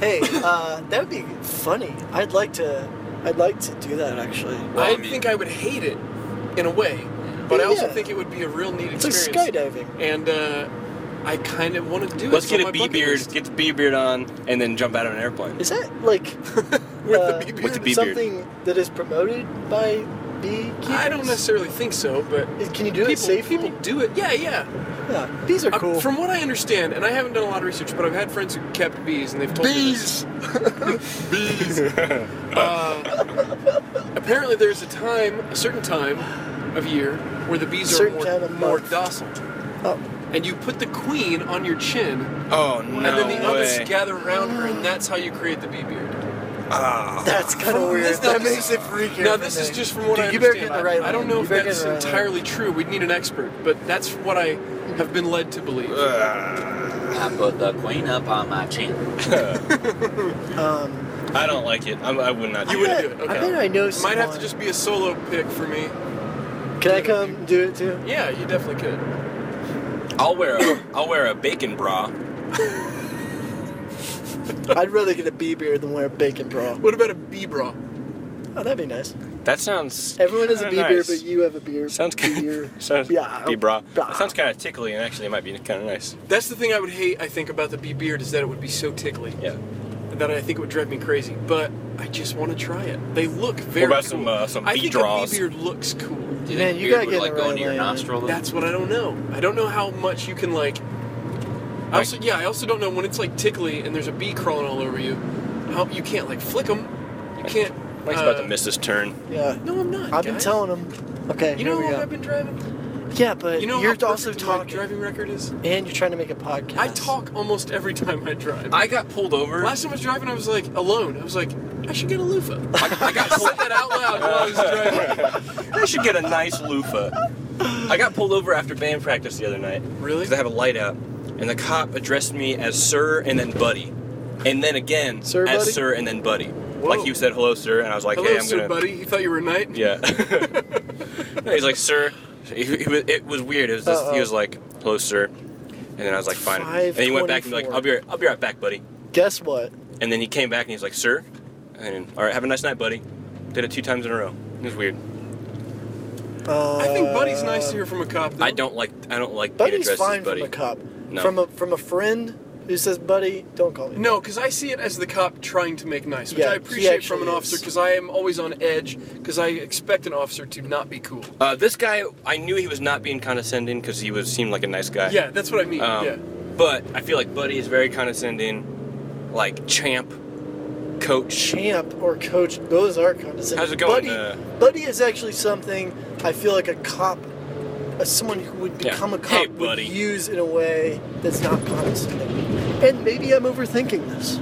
Hey, uh, that would be funny. I'd like to. I'd like to do that actually.
Well,
I,
I mean-
think I would hate it in a way, but I also
Yeah.
think it would be a real neat
It's like
experience.
skydiving.
And uh, I kind of want to do it.
Let's
It's
get
on
a
my
bee
bucket
beard,
list.
get the bee beard on, and then jump out of an airplane.
Is that like
with
uh,
the bee
With the
beard.
bee beard.
something that is promoted by beekeepers?
I don't necessarily think so, but
Can you do
people,
it safely?
people do it. Yeah, yeah.
yeah, bees are
Uh,
cool.
from what I understand, and I haven't done a lot of research, but I've had friends who kept bees, and they've told me this.
Bees.
Uh, apparently, there's a time, a certain time of year, where the bees are
Certain
more,
time of
more
month.
docile,
Oh,
and you put the queen on your chin.
oh no
and then
way.
the others gather around her, and that's how you create the bee beard.
Ah.
that's kind of weird.
this-
That makes
this
it freakier.
Now,
for
this
me.
is just from what
Dude,
I
you better
understand.
get in the right
I don't
line.
know
You
if
better get
that's
in the right line.
entirely true. We'd need an expert, but that's what I have been led to believe.
I put the queen up on my chin.
Um,
I don't like it. I'm, I would not.
You
do
wouldn't
it.
do it. Okay.
I bet I know
It Might have
someone.
to just be a solo pick for me.
Can I come do it too?
Yeah, you definitely could.
I'll wear a I'll wear a bacon bra.
I'd rather get a bee beard than wear a bacon bra.
What about a bee bra?
Oh, that'd be nice.
That sounds.
Everyone has a bee
kinda
beard,
nice.
but you have a beard.
Sounds
beer.
kind of sounds
Yeah.
bee bra.
Bra.
That sounds kind of tickly, and actually, it might be kind of nice.
That's the thing I would hate. I think about the bee beard is that it would be so tickly
Yeah.
that I think it would drive me crazy. But I just want to try it. They look very
about
cool.
some, uh, some
I
bee
think
draws?
a bee beard looks cool.
Do you
Man,
think
you
beard
gotta
would
get in
like
the
go
right
into your
lane.
nostril? though?
That's what I don't know. I don't know how much you can like. I also, yeah, I also don't know when it's like tickly and there's a bee crawling all over you. How you can't like flick them. You can't.
Mike's
uh,
about to miss his turn.
Yeah.
No, I'm not.
I've been
guys.
telling him. Okay,
You
here
know
we
how
go.
long I've been driving?
yeah, but
You know
you're
how
also
perfect my
talking,
driving record is.
and you're trying to make a podcast.
I talk almost every time I drive.
I got pulled over.
Last time I was driving, I was like alone. I was like, I should get a loofah. I, I got said that out loud while I was driving.
I should get a nice loofah. I got pulled over after band practice the other night.
Really?
Because I have a light out. And the cop addressed me as sir and then buddy. And then again
Sir,
as
buddy?
sir and then buddy. Like
Whoa.
you said hello sir and I was like,
Hello,
hey, I'm
sir,
gonna
buddy. You thought you were a knight?
Yeah. No, he's like, sir. He, he was, it was weird. It was just, he
Uh-oh.
was like, hello, sir. And then I was like, fine. And he went back and be like, I'll be, right, I'll be right back, buddy.
Guess what?
And then he came back and he's like, sir. And all right, have a nice night, buddy. Did it two times in a row. It was weird.
Uh,
I think buddy's nice to hear from a cop. Though.
I don't like I don't like being
Buddy's
addressed
fine
as buddy.
from a cop.
No.
From a from a friend who says, "Buddy, don't call me."
No, because I see it as the cop trying to make nice, which
Yeah,
I
he
appreciate from an
actually
officer
is.
because I am always on edge because I expect an officer to not be cool.
Uh, this guy, I knew he was not being condescending because he was seemed like a nice guy.
Yeah, that's what I mean.
Um,
yeah.
But I feel like Buddy is very condescending, like champ, coach.
champ or coach. Those are condescending.
How's it going,
Buddy,
uh,
buddy is actually something I feel like a cop, uh, someone who would
Yeah.
become a cop,
Hey,
would
buddy.
use in a way that's not condescending. And maybe I'm overthinking this.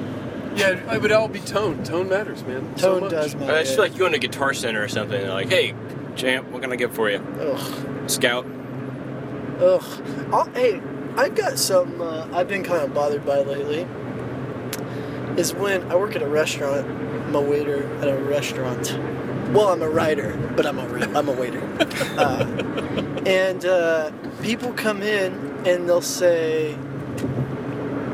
Yeah, I would all be tone. Tone matters, man.
Tone
so much.
does matter.
I just feel like you go into Guitar Center or something. And they're like, hey, champ, what can I get for you?
Ugh.
Scout.
Ugh. I'll, hey, I've got some. Uh, I've been kind of bothered by lately. Is when I work at a restaurant. I'm a waiter at a restaurant. Well, I'm a writer, but I'm a ri- I'm a waiter. Uh, and uh, people come in and they'll say.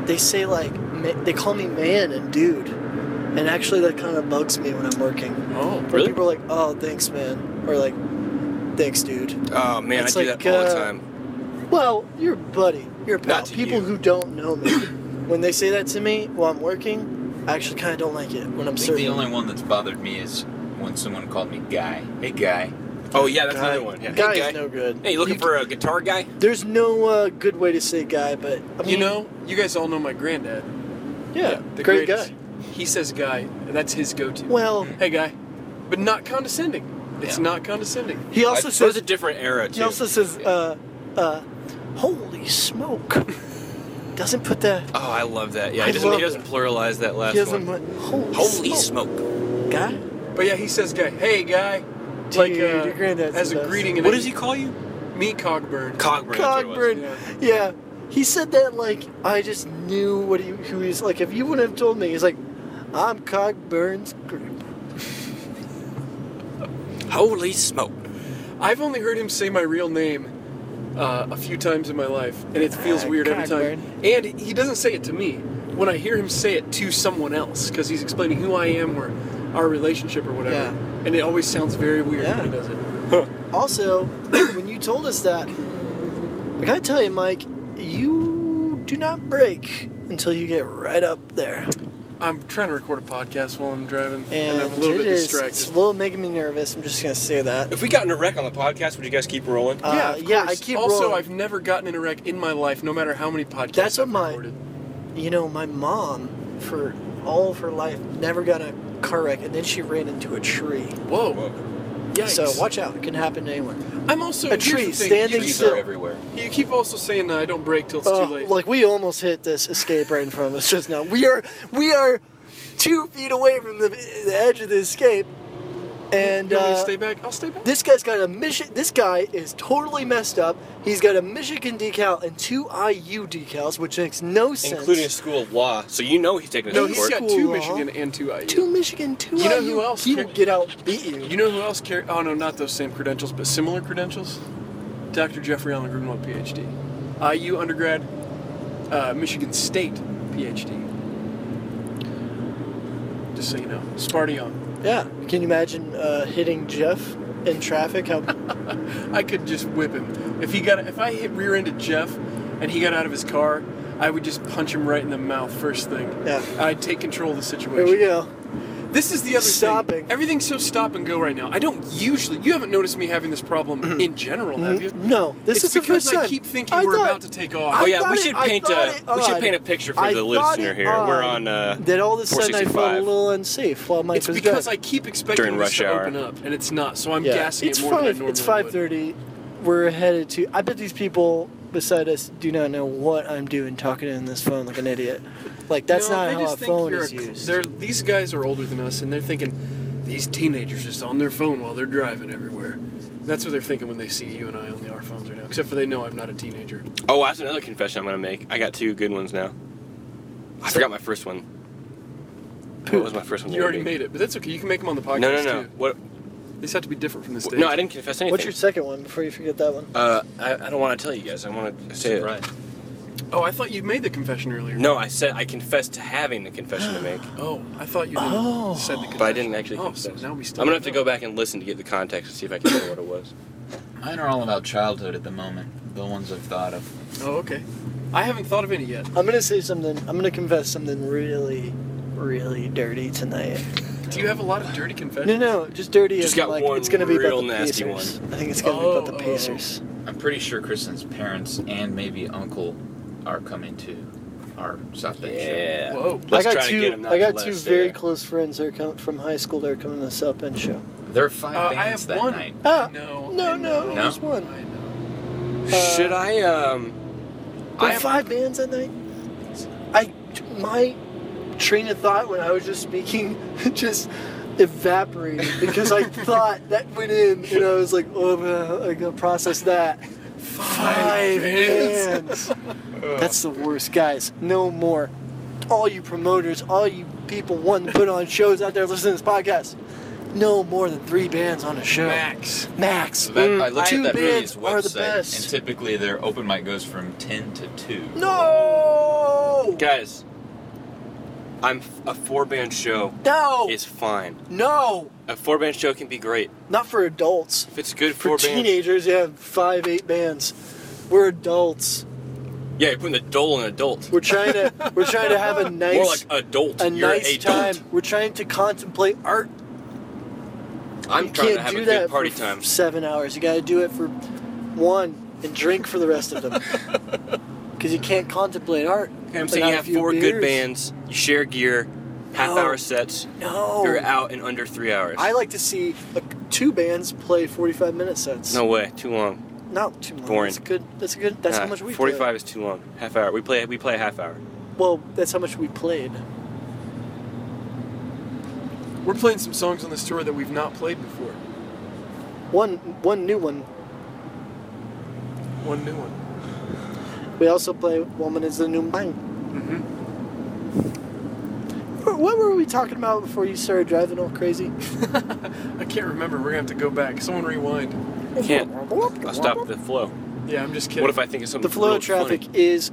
They say like ma- they call me man and dude, and actually that kind of bugs me when I'm working.
Oh,
Where
Really?
People are like, "Oh, thanks, man," or like, "Thanks, dude."
Oh man,
It's
I do
like,
that all
uh,
the time.
Well, you're a buddy. You're a pal.
Not to
People
you.
who don't know me, when they say that to me while I'm working, I actually kind of don't like it when I'm
I think
serving.
the only one that's bothered me is when someone called me guy. Hey, guy.
Oh yeah, that's
guy,
another one. Yeah.
guy
hey,
is no good.
Hey, you looking for a guitar guy?
There's no uh, good way to say guy, but I mean,
you know, you guys all know my granddad.
yeah,
the
great
greatest.
guy.
He says guy, and that's his go-to.
Well,
hey guy, but not condescending. It's
Yeah.
not condescending.
he also
Like, it was
says
a different era too.
he also says, uh, uh, "Holy smoke!" Doesn't put the
oh, I love that. Yeah,
I
he doesn't,
love
he doesn't
that.
pluralize that last
he doesn't
one.
put holy,
Holy
smoke,
smoke!
guy.
But yeah, he says guy. Hey guy.
Dude,
like uh,
your granddad's
as
the
a
best.
greeting. and
What does
I-
he call you?
Me Cogburn.
Cogburn. that's what it was.
Cogburn. Yeah. He said that like I just knew what he who he's like. If you wouldn't have told me, he's like, I'm Cogburn's group.
Holy smoke!
I've only heard him say my real name uh, a few times in my life, and it feels
Ah,
weird every time. And he doesn't say it to me. When I hear him say it to someone else, because he's explaining who I am or our relationship or whatever,
Yeah.
and it always sounds very weird
Yeah.
when he does it.
Also, when you told us that, I gotta tell you, Mike, you do not break until you get right up there,
I'm trying to record a podcast while I'm driving, and,
and,
I'm a little
it
bit
is-
distracted.
it's a little making me nervous. I'm just gonna say that.
If we got in a wreck on the podcast, would you guys keep rolling?
Uh,
yeah, of
yeah, I
course.
keep
Also,
rolling.
I've never gotten in a wreck in my life, no matter how many podcasts
That's what
I've
my-
recorded.
You know, my mom for all of her life never got in a car wreck, and then she ran into a tree.
Whoa.
Whoa.
Yikes.
So watch out; it can happen to anyone.
I'm also
A
here's the
tree
thing,
standing
Trees
still.
are everywhere.
You, you keep also saying uh, I don't break till it's
Oh,
too late.
Like we almost hit this escape right in front of us just now. We are we are two feet away from the, the edge of the escape, and
you want me
uh,
to stay back? I'll stay back.
this guy's got a Michigan. This guy is totally messed up. He's got a Michigan decal and two IU decals, which makes no sense.
Including a school of law, so you know he's taking a
no,
to
he's
court.
got
Cool,
two
huh?
Michigan and two IU.
two Michigan, two
You know
IU.
who else
He
can-
would get out, beat you.
You know who else carry? Oh no, not those same credentials, but similar credentials. Dr. Jeffrey Allen Grunwald, PhD, IU E undergrad, uh, Michigan State PhD. Just so you know, Sparty on.
yeah. Can you imagine uh, hitting Jeff in traffic? How
I could just whip him if he got. If I hit rear-ended Jeff, and he got out of his car, I would just punch him right in the mouth first thing.
Yeah.
I'd take control of the situation.
here we go.
This is the other
Stopping.
thing. Everything's so stop and go right now. I don't usually. You haven't noticed me having this problem in general, have you?
Mm-hmm. No, this
It's
is the
because
first
I
time.
keep thinking
I
we're
thought-
about to take off.
I
Oh,
yeah, we
thought
should
I
paint
thought
a-
it
we should
odd.
paint a picture for
I
the
thought
listener
it
here. We're
odd
on, uh,
that all of a sudden I felt a
465.
little unsafe while Mike
It's
was
because
driving.
I keep expecting
During
this
rush
to
hour.
open up, and it's not. So I'm
yeah,
gassing
it's
it more
five.
than I normally
it's five
would.
thirty. We're headed to. I bet these people beside us do not know what I'm doing talking in this phone like an idiot. Like that's
No,
not
they
how
just
a
think
phone
you're
is
a cool-
used.
They're, these guys are older than us, and they're thinking these teenagers just on their phone while they're driving everywhere. That's what they're thinking when they see you and I on the, our phones right now. Except for they know I'm not a teenager.
Oh, that's another confession I'm gonna make. I got two good ones now. I forgot my first one. What was my first one?
You
gonna
already
be?
made it, but that's okay. You can make them on the
No,
podcast
no, no.
too.
What?
These have to be different from the stage.
No, I didn't confess anything.
What's your second one before you forget that one?
Uh, I, I don't want to tell you guys. I want to say it.
Surprise.
Oh, I thought you made the confession earlier.
No, I said I confessed to having the confession to make,
Oh, I thought you did
Oh.
said the confession.
but I didn't actually
Oh,
confess.
so now we still
I'm gonna have
don't
to
know.
go back and listen to get the context and see if I can remember what it was.
Mine are all about childhood at the moment. The ones I've thought of.
Oh, okay. I haven't thought of any yet.
I'm gonna say something. I'm gonna confess something really, really dirty tonight.
Do you have a lot of dirty confessions?
No, no, just dirty.
Just
as in,
got
like,
one
It's gonna be about
real
the
nasty
Pacers. I think it's gonna be about
Oh,
the
oh.
Pacers.
I'm pretty sure Kristen's parents and maybe uncle are coming to our South Bay
Yeah.
Whoa.
Let's
I got
try
two.
to get him. Not
I got
to
two
let us stay
very
there.
close friends that are com- from high school that are coming to the South End show.
show. There are five
Uh, I
bands
have
that
one.
night.
Ah,
no,
no, no,
I know.
there's one.
I know.
uh,
Should I? Um,
There
I
are
am-
five bands at night. I my train of thought when I was just speaking just evaporated because I thought that went in and I was like, oh, man, I gotta process that. Five bands. That's the worst, guys. No more. All you promoters, all you people wanting to put on shows out there listening to this podcast. No more than three bands on a show.
Max.
Max.
So that, I
Mm,
looked
two
at that
bands
Rudy's
are the
website, and
best.
typically their open mic goes from 10 to 2.
No!
guys, I'm a four band show
No!
is fine.
no!
A four band show can be great
Not for adults.
if it's good
For
four band.
teenagers, you have five, eight bands. We're adults.
Yeah, you're putting the dole in adult.
We're trying to we're trying to have a nice
More like adult.
a
you're
nice
an adult.
time. We're trying to contemplate art.
I'm
you
trying
can't
to have
do
a
that
good party
for
time.
Seven hours. You got to do it for one and drink for the rest of them. Because you can't contemplate art.
Okay, I'm
without
saying you
a
have
few
four good
beers.
bands, you share gear, half
No.
hour sets,
No.
you're out in under three hours.
I like to see a, two bands play 45 minute sets.
no way, too long.
Not too much.
Boring.
That's good. That's good. That's
Nah,
how much we.
Forty-five
Played.
is too long. Half hour. We play. We play a half hour.
Well, that's how much we played.
We're playing some songs on this tour that we've not played before.
One one new one.
One new one.
We also play "Woman Is the New Mine."
Mm-hmm.
What were we talking about before you started driving all crazy?
I can't remember. We're gonna have to go back. Someone rewind.
Can't. I'll stop the flow.
Yeah, I'm just kidding.
What if I think of something?
The flow
real
of traffic
funny?
is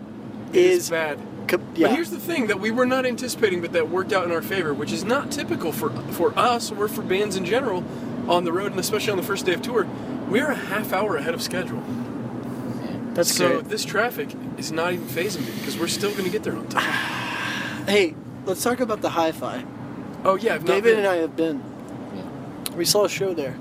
It's
is
bad.
co- yeah.
But here's the thing that we were not anticipating, but that worked out in our favor, which is not typical for for us or for bands in general on the road, and especially on the first day of tour. We're a half hour ahead of schedule.
That's
so
great.
this traffic is not even phasing me because we're still going to get there on
Ah,
time.
Hey, let's talk about the hi-fi.
Oh yeah, I've not
David
been-
and I have been. We saw a show there.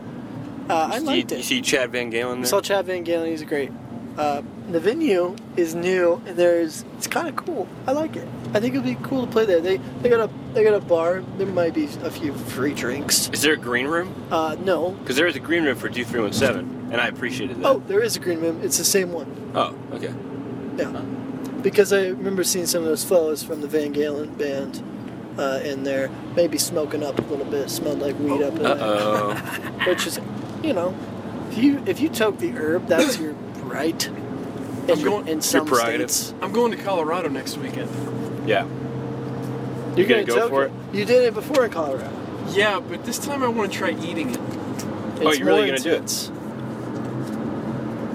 Uh, I
You
liked
see-
it.
You see Chad Van Galen
We
there?
saw Chad Van Galen. He's great. Uh, the venue is new, and there's it's kind of cool. I like it. I think it'd be cool to play there. They they got a they got a bar. There might be a few free drinks.
Is there a green room?
Uh, no.
Because there is a green room for D three one seven, and I appreciated that.
Oh, there is a green room. It's the same one.
Oh, okay.
Yeah. Because I remember seeing some of those fellows from the Van Galen band uh, in there, maybe smoking up a little bit. Smelled like weed up in
Uh
there.
oh.
which is, you know, if you if you toke the herb, that's your right. In,
I'm going-
in some
prerogative.
states,
I'm going to Colorado next weekend.
yeah.
you're
gonna go
toke
for
You did it before in Colorado.
Yeah, but this time I want to try eating it.
It's
Oh, you're really
more
gonna do it?
intense.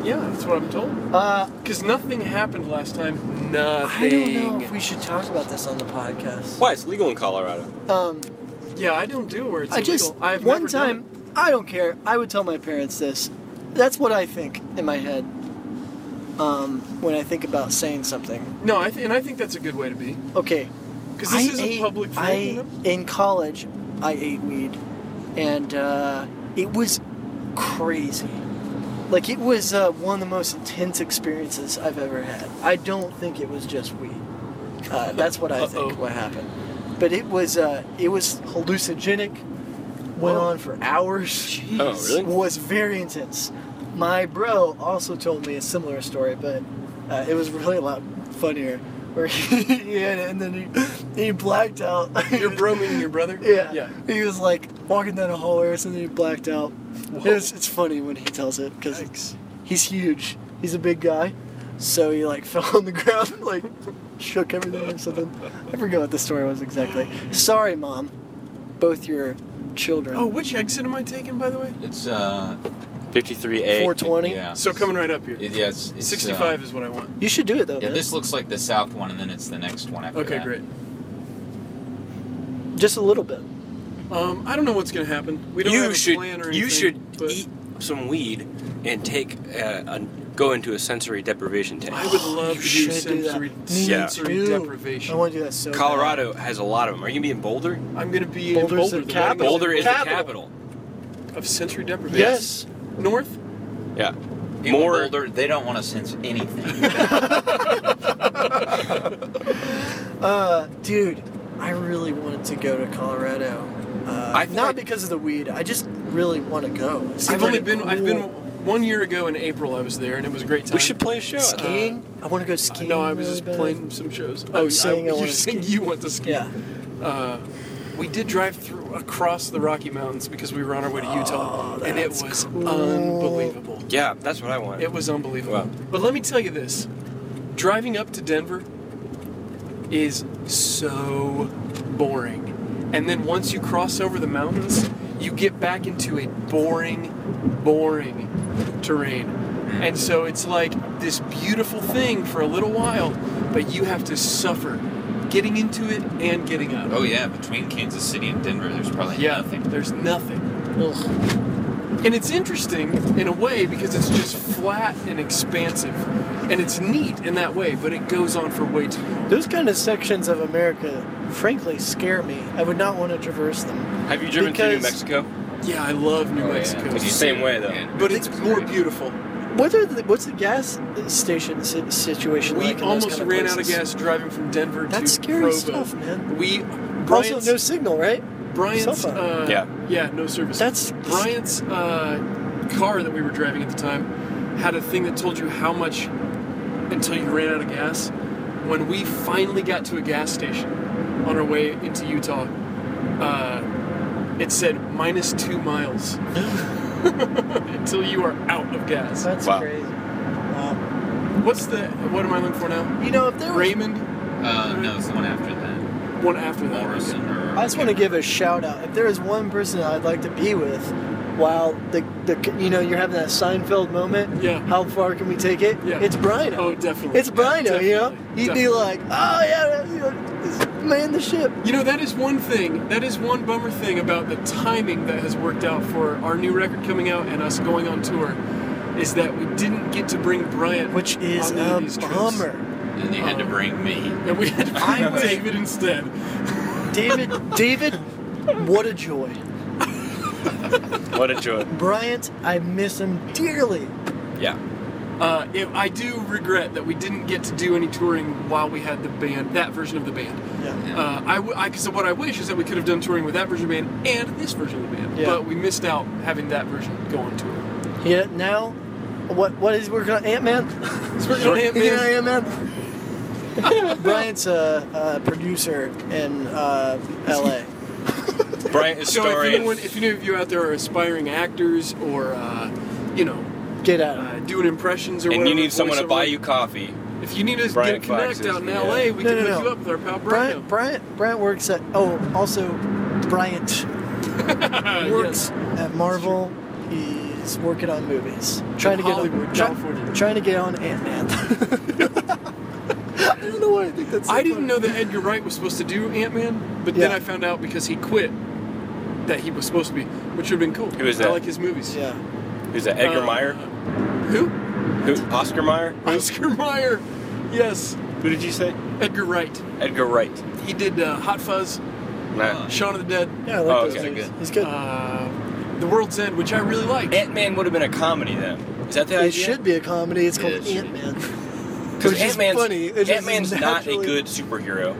Yeah, that's what I'm told.
Uh,
Because nothing happened last time. Nothing.
I don't know if we should talk about this on the podcast.
Why? It's legal in Colorado.
Um,
Yeah, I don't do where it's
I
illegal.
just
I've
one
never done
time. I don't care. I would tell my parents this. That's what I think in my head um, when I think about saying something.
it. No, I th- and I think that's a good way to be.
Okay,
Because this
I
is
ate-
a public thing.
I
you know?
in college, I ate weed, and uh, it was crazy. Like it was uh, one of the most intense experiences I've ever had. I don't think it was just weed. Uh, that's what I think
Uh-oh.
what happened. But it was uh, it was hallucinogenic. Went on for hours.
Oh, really?
Was very intense. My bro also told me a similar story, but uh, it was really a lot funnier. Where he, had it and then he, he blacked out.
Your bro meaning your brother?
Yeah.
Yeah.
He was like walking down a hallway or something. He blacked out.
Whoa.
It's, it's funny when he tells it because he's huge. He's a big guy, so he like fell on the ground, and, like shook everything or something. I forget what the story was exactly. Sorry, mom. Both your children.
Oh, which exit am I taking, by the way?
It's uh,
53A.
420.
yeah.
So coming right up here.
It, yeah, it's, it's, uh,
65 is what I want.
You should do it though.
yeah,
man.
this looks like the south one, and then it's the next one after
Okay,
that.
great.
Just a little bit.
Um, I don't know what's gonna happen. We don't have
you
a
should
plan or anything.
you should
but
eat some weed and take uh, a, go into a sensory deprivation tank.
I would love
You
to do
should
sensory,
that. Me
Yeah.
sensory
too.
deprivation.
I want to do that so. bad.
Colorado has a lot of them. Are you gonna be in Boulder?
I'm gonna be
Boulder's
in Boulder.
the
the
capital.
Boulder is
Capital.
the capital.
of sensory deprivation.
Yes.
North.
Yeah.
People
More-
More older, they don't want to sense anything.
Uh, dude, I really wanted to go to Colorado. Uh,
I feel
not
like-
because of the weed. I just really want to go. It seems
I've only
like
been.
a
I've
cool-
been one year ago in April. I was there, and it was a great time.
We should play a show. at that.
skiing. I want to go skiing.
No, I was
really
just
bad.
playing some shows. Oh,
I was saying I
you
wanna
saying
ski.
you want to ski.
Yeah.
Uh, we did drive through across the Rocky Mountains because we were on our way to Utah, and it
Oh, that's
was
cool.
unbelievable.
Yeah, that's what I want.
It was unbelievable.
Wow.
But let me tell you this driving up to Denver is so boring. And then once you cross over the mountains, you get back into a boring, boring terrain. And so it's like this beautiful thing for a little while, but you have to suffer getting into it and getting out.
oh yeah, between Kansas City and Denver, there's probably nothing.
There's nothing.
Ugh.
And it's interesting in a way because it's just flat and expansive. And it's neat in that way, but it goes on for way too long.
Those kind of sections of America, frankly, scare me. I would not want to traverse them.
Have you driven through New
Because-
Mexico?
Yeah, I love New
Oh, yeah.
Mexico.
It's the same way, though.
Yeah.
But it's more beautiful.
What are the, what's the gas station si- situation
We
like? in those
almost
kind of
ran out of
places?
gas driving from Denver
That's
to
scary
Provo.
stuff, man.
We
Also,
Brian's,
no signal, right? cell
Brian's
phone.
uh,
Yeah.
yeah, no service.
That's
Brian's uh, car that we were driving at the time had a thing that told you how much until you ran out of gas. When we finally got to a gas station on our way into Utah, uh, it said minus two miles until you are out of gas.
That's
Wow.
crazy. Wow.
What's the what am I looking for now?
You know, if there was
Raymond,
Uh, no, it's the one after that.
one after that.
Morrison or.
I just want to give a shout out. If there is one person I'd like to be with, while the, the you know you're having that Seinfeld moment,
Yeah.
How far can we take it?
Yeah.
It's Brian.
Oh, definitely.
It's Brian. You know,
Definitely.
he'd
Definitely.
be like, oh yeah, you know, this- man the ship.
You know, that is one thing, that is one bummer thing about the timing that has worked out for our new record coming out and us going on tour is that we didn't get to bring Bryant.
Which is
on any of
a
these trips.
bummer.
And you had to bring me.
And we had to
I
bring
was-
David instead.
David, David, what a joy.
What a joy.
Bryant, I miss him dearly.
Yeah.
Uh, if, I do regret that we didn't get to do any touring while we had the band, that version of the band.
Yeah.
Uh, I, w- I, so what I wish is that we could have done touring with that version of the band and this version of the band,
Yeah.
but we missed out having that version go on tour.
Yeah. Now, what what is we're gonna Ant Man?
Speaking of Ant-Man,
Yeah, yeah, man. Bryant's a, a producer in uh, L.A.
Bryant is
So if anyone,
starring.
if any of you out there are aspiring actors or, uh, you know,
Get out.
uh, doing impressions or
And
whatever,
you need someone to
voiceover,
buy you coffee.
If you need us to
Brian
get connect
Fox's-
out in
yeah.
LA,
No,
we can
no,
hook
no.
you up with our pal Brian.
Bryant, Bryant, Bryant works at. Oh, also, Bryant
Uh,
works at Marvel. He's working on movies, trying to get
Hollywood,
on, try-
California.
trying to get on Ant Man. I don't know why I think that's. so
I didn't
funny.
know that Edgar Wright was supposed to do Ant Man, but then
Yeah.
I found out because he quit that he was supposed to be, which would have been cool.
Who is
I
that?
like his movies.
Yeah,
Who's that? Edgar
Uh,
Meyer?
Who?
Who? Oscar Meyer?
Oscar Mayer. Yes,
Who did you say?
Edgar Wright.
Edgar Wright.
He did uh, Hot Fuzz.
Nah.
Shaun of the Dead,
Yeah, I like
Oh,
those
okay,
movies.
good.
He's good.
uh, The World's End, which I really like.
Ant Man would have been a comedy then. Is that the
it
idea?
should be a comedy. It's
Yeah,
called
it should
Ant
be.
Man.
Because
Which is
Ant Man's
funny. It just
Ant Man's
is
not a
naturally-
good superhero.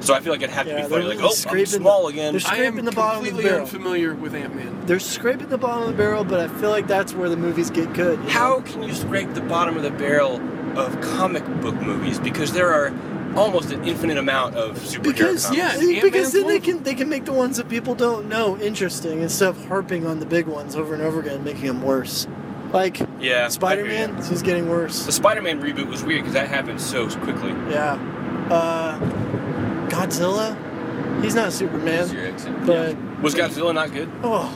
So I feel like it'd have to
Yeah,
be
they're
funny. Like,
really
oh, I'm
scraping-
small again.
they're-
I am
Scraping the bottom of the
completely
barrel.
unfamiliar with Ant Man.
They're scraping the bottom of the barrel, but I feel like that's where the movies get good. you know?
How can you scrape the bottom of the barrel of comic book movies? Because there are almost an infinite amount of superhero
Because
comics.
yeah,
because
Ant-Man's
then they
one.
can they can make the ones that people don't know interesting instead of harping on the big ones over and over again, making them worse. Like
Yeah, I
Spider
hear
Man,
you.
this is getting
The
worse.
Spider Man reboot was weird because that happened so quickly.
Yeah. Uh, Godzilla, he's not
Is your
Superman,
exit.
but
Was Godzilla not good?
oh.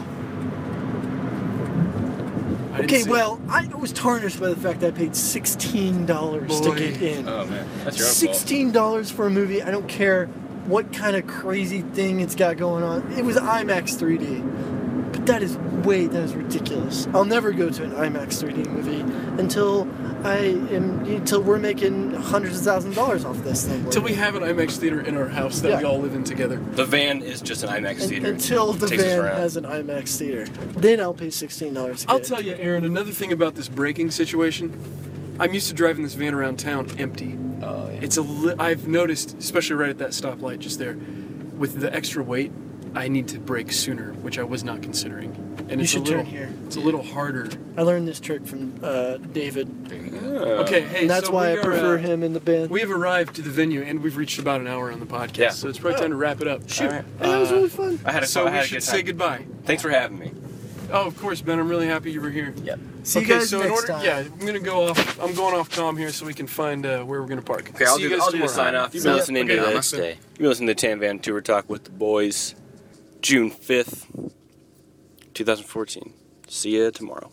I didn't
Okay,
see it.
well, I was tarnished by the fact that I paid sixteen dollars to
Boy.
get in.
Oh man, that's your own fault.
Sixteen dollars for a movie. I don't care what kind of crazy thing it's got going on. It was IMAX 3D, but that is way that is ridiculous. I'll never go to an IMAX 3D movie until I am until we're making hundreds of thousands of dollars off this thing.
Till we have an IMAX theater in our house that we
Yeah.
all live in together.
The van is just an IMAX
Un-
theater. It
until the
takes us
van
around.
has an IMAX theater, then I'll pay sixteen dollars.
I'll tell you, Aaron, another thing about this braking situation. I'm used to driving this van around town empty.
Oh, yeah.
It's a li- I've noticed, especially right at that stoplight just there, with the extra weight, I need to brake sooner, which I was not considering.
You
And it's a
should
little,
turn here.
It's a little harder.
I learned this trick from uh, David,
There you go.
Oh.
okay, hey,
and that's
so
why
we
I
are,
prefer
uh,
him in the band.
We have arrived to the venue, and we've reached about an hour on the podcast,
Yeah.
so it's probably time to wrap it up.
Oh. Shoot, Oh,
All right.
that was
Uh,
really fun.
I had a,
So
I
we
had a
should
good
say
time.
goodbye.
Thanks for having me.
Oh, of course, Ben. I'm really happy you were here.
Yep.
See you
okay,
guys
so in
next
order,
time.
yeah, I'm gonna go off. I'm going off Tom here, so we can find uh, where we're gonna park.
Okay, I'll
See you
do,
guys
I'll do the
tomorrow.
sign off. You've
See
been
ya.
listening
Okay,
to
Namaste.
this. You've been listening to Tan Van Tour Talk with the boys, June 5th, 2014. See you tomorrow.